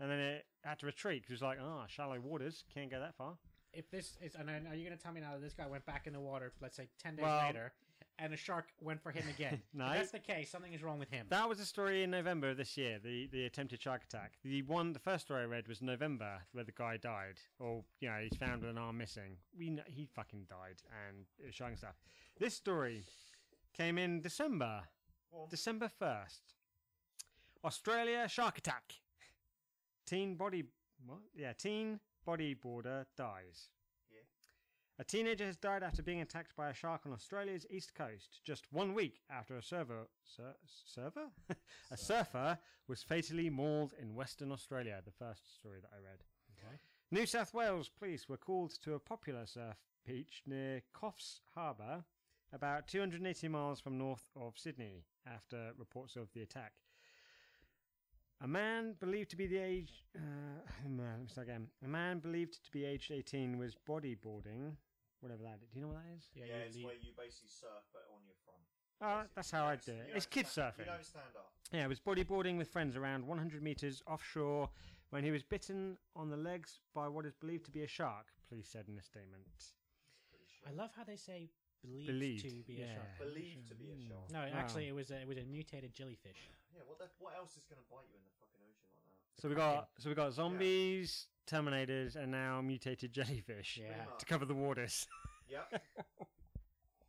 [SPEAKER 1] and then it had to retreat 'cause it was like, ah, shallow waters, can't go that far.
[SPEAKER 2] if this is and then are you going to tell me now that this guy went back in the water let's say 10 days
[SPEAKER 1] Well-
[SPEAKER 2] later and a shark went for him again
[SPEAKER 1] No.
[SPEAKER 2] if that's the case something is wrong with him
[SPEAKER 1] That was a story in November of this year. The the attempted shark attack. The one, the first story I read was November, where the guy died, or you know, he's found with an arm missing. We kn- he fucking died, and it was shocking stuff. This story came in December, December first. Australia shark attack. Teen body, what? Yeah, teen bodyboarder dies.
[SPEAKER 3] Yeah.
[SPEAKER 1] A teenager has died after being attacked by a shark on Australia's east coast, just one week after a server, ser, server, a surfer was fatally mauled in Western Australia. The first story that I read.
[SPEAKER 2] okay
[SPEAKER 1] New South Wales police were called to a popular surf beach near Coffs Harbour, about 280 miles from north of Sydney, after reports of the attack. A man believed to be the age. Uh, no, let me start again. A man believed to be aged 18 was bodyboarding, whatever that. Do you know what that is?
[SPEAKER 2] yeah,
[SPEAKER 3] yeah,
[SPEAKER 2] you
[SPEAKER 3] it's
[SPEAKER 2] leave-
[SPEAKER 3] where you basically surf but on your front.
[SPEAKER 1] Oh,
[SPEAKER 3] basically.
[SPEAKER 1] that's how I
[SPEAKER 3] You
[SPEAKER 1] do
[SPEAKER 3] don't-
[SPEAKER 1] it.
[SPEAKER 3] you
[SPEAKER 1] It's
[SPEAKER 3] don't
[SPEAKER 1] kid
[SPEAKER 3] stand-
[SPEAKER 1] surfing.
[SPEAKER 3] You don't stand up.
[SPEAKER 1] Yeah, he was bodyboarding with friends around 100 metres offshore when he was bitten on the legs by what is believed to be a shark, police said in a statement.
[SPEAKER 3] Pretty
[SPEAKER 2] I love how they say believed,
[SPEAKER 1] Believed,
[SPEAKER 2] to be a
[SPEAKER 1] yeah.
[SPEAKER 2] shark.
[SPEAKER 3] Believed to be a shark.
[SPEAKER 2] No,
[SPEAKER 1] Wow.
[SPEAKER 2] actually, it was a, it was a mutated jellyfish.
[SPEAKER 3] Yeah, what the, what else is gonna bite you in the fucking ocean like that?
[SPEAKER 1] So we got so we got zombies, Terminators, and now mutated jellyfish
[SPEAKER 2] Yeah.
[SPEAKER 1] to cover the waters.
[SPEAKER 3] Yep.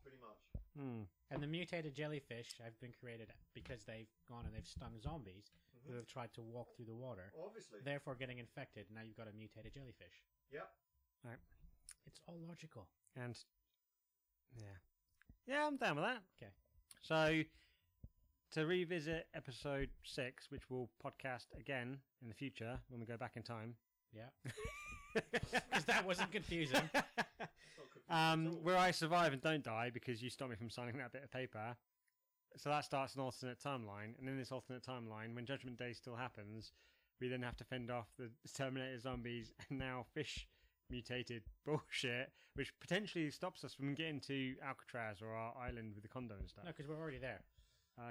[SPEAKER 3] Pretty much.
[SPEAKER 1] Hmm.
[SPEAKER 2] And the mutated jellyfish have been created because they've gone and they've stung zombies who
[SPEAKER 3] Mhm.
[SPEAKER 2] have tried to walk through the water,
[SPEAKER 3] Obviously.
[SPEAKER 2] therefore getting infected. Now you've got a mutated jellyfish.
[SPEAKER 3] Yep.
[SPEAKER 2] It's all logical.
[SPEAKER 1] And yeah, yeah, I'm down with that.
[SPEAKER 2] 'Kay.
[SPEAKER 1] So to revisit episode six, which we'll podcast again in the future when we go back in time.
[SPEAKER 2] Yeah. Because that wasn't confusing.
[SPEAKER 3] It's not confusing at
[SPEAKER 1] um,
[SPEAKER 3] all.
[SPEAKER 1] where I survive and don't die because you stopped me from signing that bit of paper. So that starts an alternate timeline, and in this alternate timeline, when Judgment Day still happens, we then have to fend off the Terminator zombies and now fish mutated bullshit, which potentially stops us from getting to Alcatraz or our island with the condo and stuff.
[SPEAKER 2] no, because we're already there.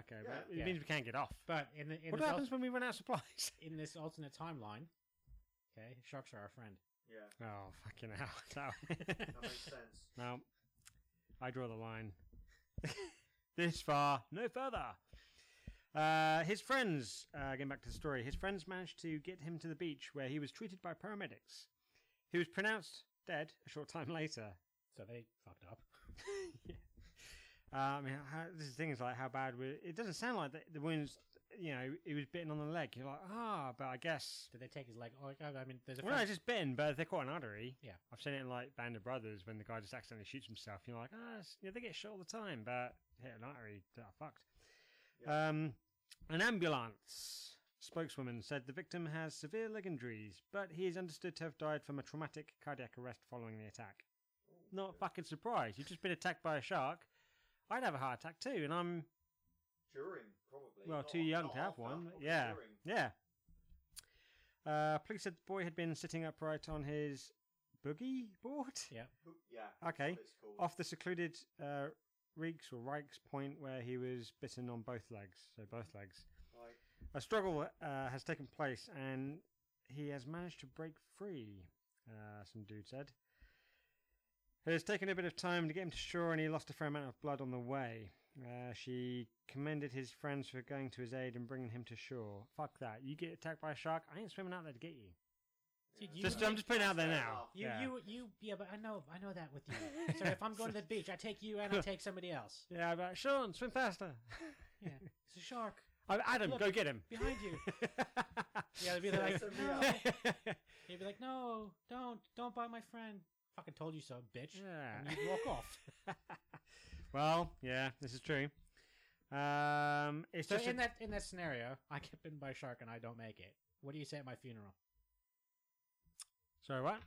[SPEAKER 1] Okay,
[SPEAKER 3] Yeah.
[SPEAKER 1] but it
[SPEAKER 2] Yeah.
[SPEAKER 1] means we can't get off.
[SPEAKER 2] But in, the, in,
[SPEAKER 1] what
[SPEAKER 2] this,
[SPEAKER 1] happens
[SPEAKER 2] al-
[SPEAKER 1] when we run out of supplies?
[SPEAKER 2] in this alternate timeline, okay, sharks are our friend.
[SPEAKER 3] Yeah,
[SPEAKER 1] Oh fucking hell! That-
[SPEAKER 3] that makes sense.
[SPEAKER 1] Now, I draw the line. this far, no further. Uh, his friends, uh, getting back to the story, his friends managed to get him to the beach where he was treated by paramedics. He was pronounced dead a short time later.
[SPEAKER 2] So they fucked up.
[SPEAKER 1] Uh, I mean, how, this is the thing is like how bad. were it doesn't sound like the, the wounds. You know, he was bitten on the leg. You're like, ah, but I guess.
[SPEAKER 2] Did they take his leg? Oh, God, I mean, there's a.
[SPEAKER 1] Well, no,
[SPEAKER 2] friend-
[SPEAKER 1] it's just bitten, but they're caught an artery.
[SPEAKER 2] Yeah.
[SPEAKER 1] I've seen it in like Band of Brothers when the guy just accidentally shoots himself. You're like, ah, it's- you know, they get shot all the time, but hit an artery, they are fucked. Um, an ambulance spokeswoman said the victim has severe leg injuries, but he is understood to have died from a traumatic cardiac arrest following the attack. Not fucking surprised. You've just been attacked by a shark. I'd have a heart attack too, and I'm
[SPEAKER 3] During, probably.
[SPEAKER 1] well,
[SPEAKER 3] Not
[SPEAKER 1] too
[SPEAKER 3] af-
[SPEAKER 1] young
[SPEAKER 3] not
[SPEAKER 1] to have
[SPEAKER 3] after,
[SPEAKER 1] one.
[SPEAKER 3] probably
[SPEAKER 1] Yeah,
[SPEAKER 3] during.
[SPEAKER 1] yeah. Uh, police said the boy had been sitting upright on his boogie board
[SPEAKER 3] Who- Yeah. that's
[SPEAKER 1] Okay.
[SPEAKER 3] what it's called.
[SPEAKER 1] off the secluded uh, Reeks or Reich's point where he was bitten on both legs. So both legs.
[SPEAKER 3] Like,
[SPEAKER 1] A struggle uh, has taken place, and he has managed to break free. Uh, some dude said. It has taken a bit of time to get him to shore, and he lost a fair amount of blood on the way. Uh, she commended his friends for going to his aid and bringing him to shore. Fuck that! You get attacked by a shark, I ain't swimming out there to get you.
[SPEAKER 2] Did
[SPEAKER 3] yeah.
[SPEAKER 2] you-
[SPEAKER 1] Just, I'm just putting it out there
[SPEAKER 3] Fair
[SPEAKER 1] now.
[SPEAKER 3] enough.
[SPEAKER 2] You,
[SPEAKER 1] yeah.
[SPEAKER 2] you, you, yeah, but I know, I know that with you. so if I'm going to the beach, I take you and I take somebody else.
[SPEAKER 1] yeah, but Sean, swim faster.
[SPEAKER 2] Yeah, it's a shark
[SPEAKER 1] Oh, Adam,
[SPEAKER 2] Look,
[SPEAKER 1] go get him.
[SPEAKER 2] behind you. Yeah, they'd be like,
[SPEAKER 3] Somebody
[SPEAKER 2] no.
[SPEAKER 3] else.
[SPEAKER 2] He'd be like, no, don't, don't buy my friend. Fucking told you so, bitch.
[SPEAKER 1] Yeah.
[SPEAKER 2] And you'd walk off.
[SPEAKER 1] well, yeah, this is true. Um, it's
[SPEAKER 2] So
[SPEAKER 1] just a-
[SPEAKER 2] in that in that scenario, I get bitten by a shark and I don't make it. What do you say at my funeral?
[SPEAKER 1] sorry, what?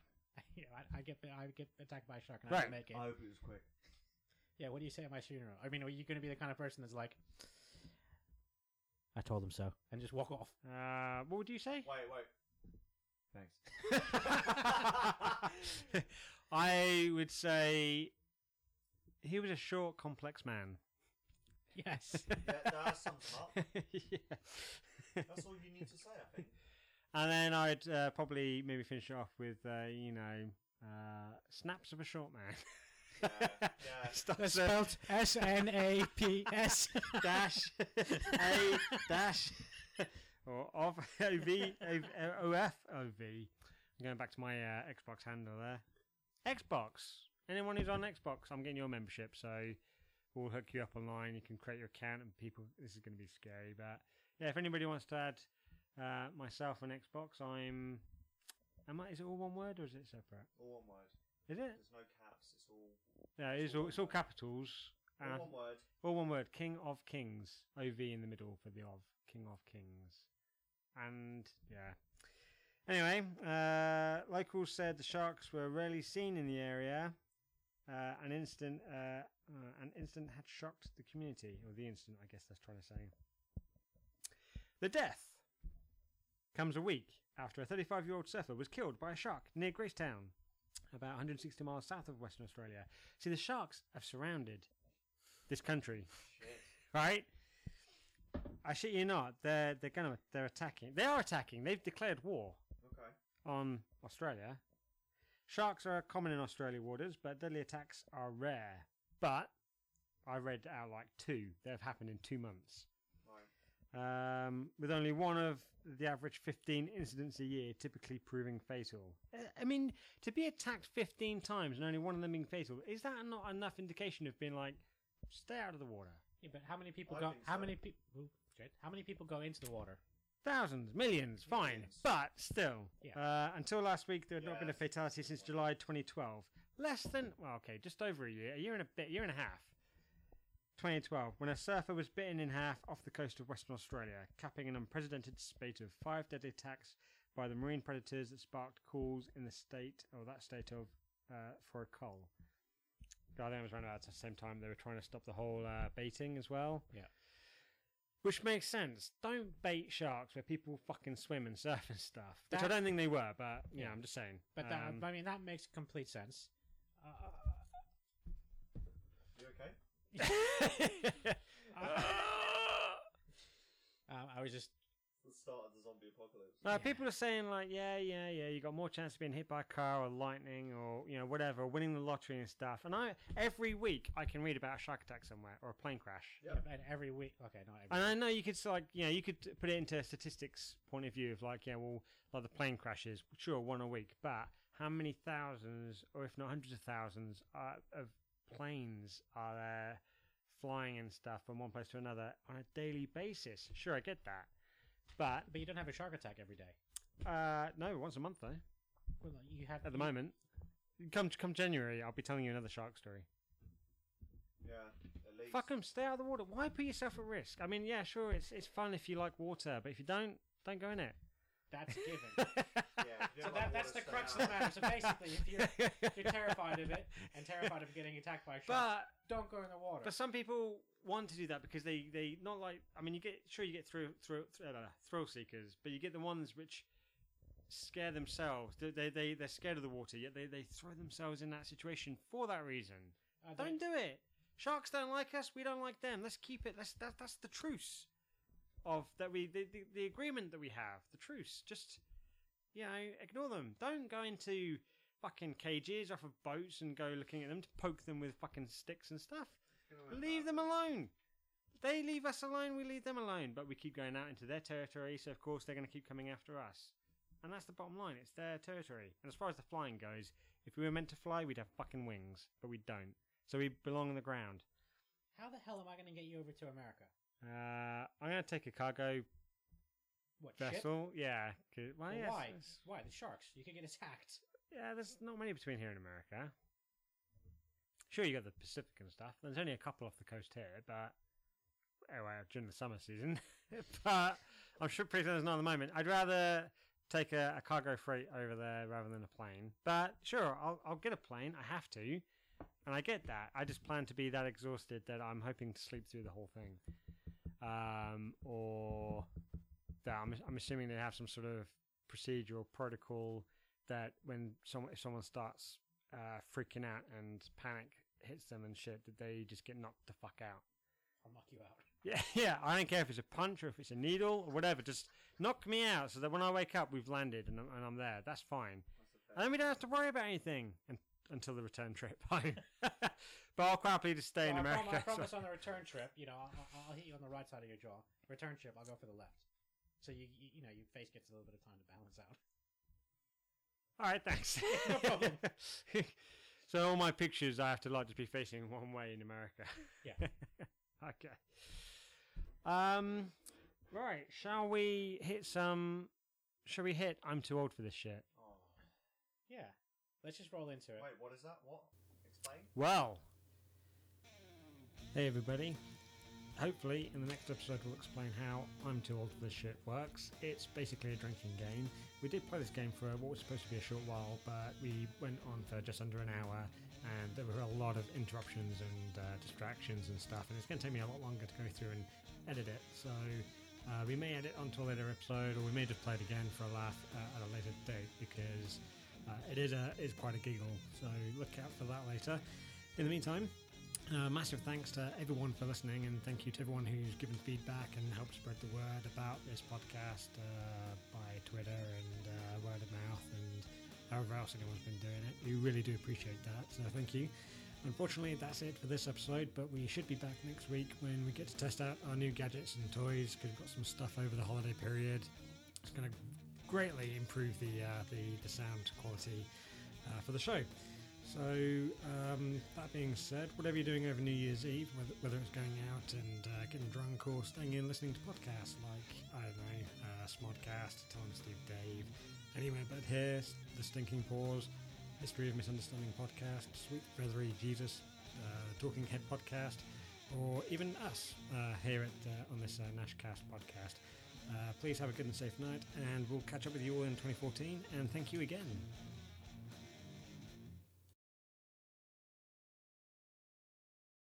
[SPEAKER 2] You know, I, I get bit- I get attacked by a shark and I
[SPEAKER 1] Right.
[SPEAKER 2] don't make it.
[SPEAKER 3] I hope it was quick.
[SPEAKER 2] yeah, what do you say at my funeral? I mean, are you going to be the kind of person that's like, I told him so, and just walk off?
[SPEAKER 1] Uh, what would you say?
[SPEAKER 3] Wait, wait. Thanks.
[SPEAKER 1] I would say he was a short, complex man.
[SPEAKER 2] Yes.
[SPEAKER 3] That, that sums up.
[SPEAKER 1] yeah.
[SPEAKER 3] That's all you need to say, I think.
[SPEAKER 1] And then I'd uh, probably maybe finish it off with, uh, you know, uh, snaps of a short man.
[SPEAKER 3] Yeah, yeah.
[SPEAKER 1] Stuff
[SPEAKER 2] That's
[SPEAKER 1] that-
[SPEAKER 2] spelled S N A P S.
[SPEAKER 1] dash a dash or of o v o f o v. I'm going back to my uh, Xbox handle there. Xbox. Anyone who's on Xbox, I'm getting your membership, so we'll hook you up online. You can create your account, and people. This is going to be scary, but yeah. If anybody wants to add uh, myself on Xbox, I'm. Am I? Is it all one word or is it separate?
[SPEAKER 3] All one word.
[SPEAKER 1] Is it?
[SPEAKER 3] There's no caps. It's all,
[SPEAKER 1] Yeah, it's all, it's all capitals. and I
[SPEAKER 3] all one word.
[SPEAKER 1] All one word, King of Kings. OV in the middle for the of. King of Kings. And yeah. Anyway, uh, locals said the sharks were rarely seen in the area. Uh, an incident, uh, uh, an incident had shocked the community, or the incident, I guess that's trying to say. The death comes a week after a 35-year-old surfer was killed by a shark near Gracetown, about 160 miles south of Western Australia. See, the sharks have surrounded this country
[SPEAKER 3] Shit.
[SPEAKER 1] right? I shit you not. They're they're gonna they're attacking. They are attacking. They've declared war
[SPEAKER 3] Okay.
[SPEAKER 1] on Australia. Sharks are common in Australia waters, but deadly attacks are rare. But I read out like two that have happened in two months.
[SPEAKER 3] Right.
[SPEAKER 1] Um, with only one of the average 15 incidents a year typically proving fatal. Uh, I mean, to be attacked 15 times and only one of them being fatal, is that not enough indication of being like, stay out of the water?
[SPEAKER 2] Yeah, but how many people
[SPEAKER 3] I
[SPEAKER 2] go?
[SPEAKER 3] think
[SPEAKER 2] How
[SPEAKER 3] so.
[SPEAKER 2] many people? How many people go into the water?
[SPEAKER 1] Thousands, millions, fine,
[SPEAKER 3] Millions.
[SPEAKER 1] but still.
[SPEAKER 2] Yeah.
[SPEAKER 1] Uh, until last week, there had not been a
[SPEAKER 3] Yes.
[SPEAKER 1] fatality since July 2012. Less than, well, okay, just over a year, a year and a bit, year and a half. 2012, when a surfer was bitten in half off the coast of Western Australia, capping an unprecedented spate of five deadly attacks by the marine predators that sparked calls in the state, or that state of, uh, for a cull. I think it was around about the same time they were trying to stop the whole uh, baiting as well.
[SPEAKER 2] Yeah.
[SPEAKER 1] Which makes sense. Don't bait sharks where people fucking swim and surf and stuff. Which I
[SPEAKER 2] That-
[SPEAKER 1] don't think they were, but yeah,
[SPEAKER 2] Yeah.
[SPEAKER 1] I'm just saying.
[SPEAKER 2] But that,
[SPEAKER 1] Um,
[SPEAKER 2] I mean, that makes complete sense. Uh,
[SPEAKER 3] You okay?
[SPEAKER 2] Ah! uh, I was just
[SPEAKER 3] It's the start of the zombie apocalypse.
[SPEAKER 1] No,
[SPEAKER 2] Yeah.
[SPEAKER 1] people are saying like, yeah, yeah, yeah, you got more chance of being hit by a car or lightning or you know whatever, winning the lottery and stuff. And I every week I can read about a shark attack somewhere or a plane crash.
[SPEAKER 3] Yeah.
[SPEAKER 2] and every week. Okay, not every.
[SPEAKER 1] And I know you could s- like you know you could put it into a statistics point of view of like yeah well like the plane crashes sure one a week but how many thousands or if not hundreds of thousands are, of planes are there flying and stuff from one place to another on a daily basis sure I get that but
[SPEAKER 2] But you don't have a shark attack every day.
[SPEAKER 1] uh, no once a month though
[SPEAKER 2] Well, no, you have
[SPEAKER 1] at the
[SPEAKER 2] you-
[SPEAKER 1] moment come come January I'll be telling you another shark story
[SPEAKER 3] Yeah. At least.
[SPEAKER 1] Fuck 'em, stay out of the water why put yourself at risk I mean yeah sure it's it's fun if you like water but if you don't don't go in it
[SPEAKER 2] That's given.
[SPEAKER 3] Yeah. if
[SPEAKER 2] so
[SPEAKER 3] you
[SPEAKER 2] that,
[SPEAKER 3] don't like
[SPEAKER 2] that's
[SPEAKER 3] water,
[SPEAKER 2] the
[SPEAKER 3] stay
[SPEAKER 2] crux of
[SPEAKER 3] out.
[SPEAKER 2] the matter. So basically, if you're if you're terrified of it and terrified of getting attacked by a shark,
[SPEAKER 1] But
[SPEAKER 2] don't go in the water.
[SPEAKER 1] but some people want to do that because they they not like I mean you get sure you get through through uh, thrill seekers, but you get the ones which scare themselves. They they, they they're scared of the water, yet they they throw themselves in that situation for that reason.
[SPEAKER 2] Uh,
[SPEAKER 1] Don't do it. Sharks don't like us. We don't like them. Let's keep it. Let's that that's the truce of that we the, the, the agreement that we have. The truce. Just you know, ignore them. Don't go into fucking cages off of boats and go looking at them to poke them with fucking sticks and stuff. Leave them alone. They leave us alone, we leave them alone. But we keep going out into their territory, so of course they're going to keep coming after us. And that's the bottom line. It's their territory. And as far as the flying goes, if we were meant to fly, we'd have fucking wings, but we don't. So we belong on the ground.
[SPEAKER 2] How the hell am I going to get you over to America?
[SPEAKER 1] Uh, I'm going to take a cargo
[SPEAKER 2] What ship?
[SPEAKER 1] vessel. Yeah. 'cause- well,
[SPEAKER 2] Well,
[SPEAKER 1] yes,
[SPEAKER 2] why?
[SPEAKER 1] there's-
[SPEAKER 2] Why the sharks? You could get attacked.
[SPEAKER 1] Yeah, there's not many between here and America. Sure, you got the Pacific and stuff. There's only a couple off the coast here, but anyway, during the summer season. but I'm sure pretty sure there's not at the moment. I'd rather take a, a cargo freight over there rather than a plane. But sure, I'll, I'll get a plane. I have to, and I get that. I just plan to be that exhausted that I'm hoping to sleep through the whole thing, um, or that I'm, I'm assuming they have some sort of procedural protocol that when someone if someone starts uh, freaking out and panic hits them and shit, that they just get knocked the fuck out.
[SPEAKER 2] I'll knock you out.
[SPEAKER 1] Yeah, yeah. I don't care if it's a punch or if it's a needle or whatever. Just knock me out so that when I wake up, we've landed and I'm, and I'm there. That's fine. And then we don't have to worry about anything un until the return trip home. but I'll quite happily just stay in
[SPEAKER 2] Well, I,
[SPEAKER 1] America.
[SPEAKER 2] prom- I
[SPEAKER 1] so-
[SPEAKER 2] promise on the return trip, you know, I'll, I'll- I'll hit you on the right side of your jaw. Return trip, I'll go for the left. So you, you, you know, your face gets a little bit of time to balance out.
[SPEAKER 1] All right, thanks.
[SPEAKER 2] No problem.
[SPEAKER 1] so all my pictures, I have to like just be facing one way in America.
[SPEAKER 2] Yeah.
[SPEAKER 1] okay. Um. Right. Shall we hit some? Shall we hit? I'm too old for this shit.
[SPEAKER 3] Oh.
[SPEAKER 2] Yeah, let's just roll into it.
[SPEAKER 3] Wait, what is that? What? Explain.
[SPEAKER 1] Well. Hey everybody. Hopefully, in the next episode, we'll explain how I'm Too Old for This Shit works. It's basically a drinking game. We did play this game for what was supposed to be a short while, but we went on for just under an hour, and there were a lot of interruptions and uh, distractions and stuff, and it's going to take me a lot longer to go through and edit it. So uh, we may edit onto a later episode, or we may just play it again for a laugh uh, at a later date because uh, it is a is quite a giggle. So look out for that later. In the meantime, uh, massive thanks to everyone for listening, and thank you to everyone who's given feedback and helped spread the word about this podcast uh, by Twitter and uh, word of mouth and however else anyone's been doing it. We really do appreciate that, so thank you. Unfortunately, that's it for this episode, but we should be back next week when we get to test out our new gadgets and toys because we've got some stuff over the holiday period. It's going to greatly improve the, uh, the, the sound quality uh, for the show. So, um, that being said, whatever you're doing over New Year's Eve, whether, whether it's going out and uh, getting drunk or staying in listening to podcasts like, I don't know, uh, Smodcast, Tom, Steve, Dave, Anywhere But Here, The Stinking Paws, History of Misunderstanding Podcast, Sweet Feathery Jesus, uh, Talking Head Podcast, or even us uh, here at uh, on this uh, Nashcast podcast. Uh, please have a good and safe night, and we'll catch up with you all in 2014. And thank you again.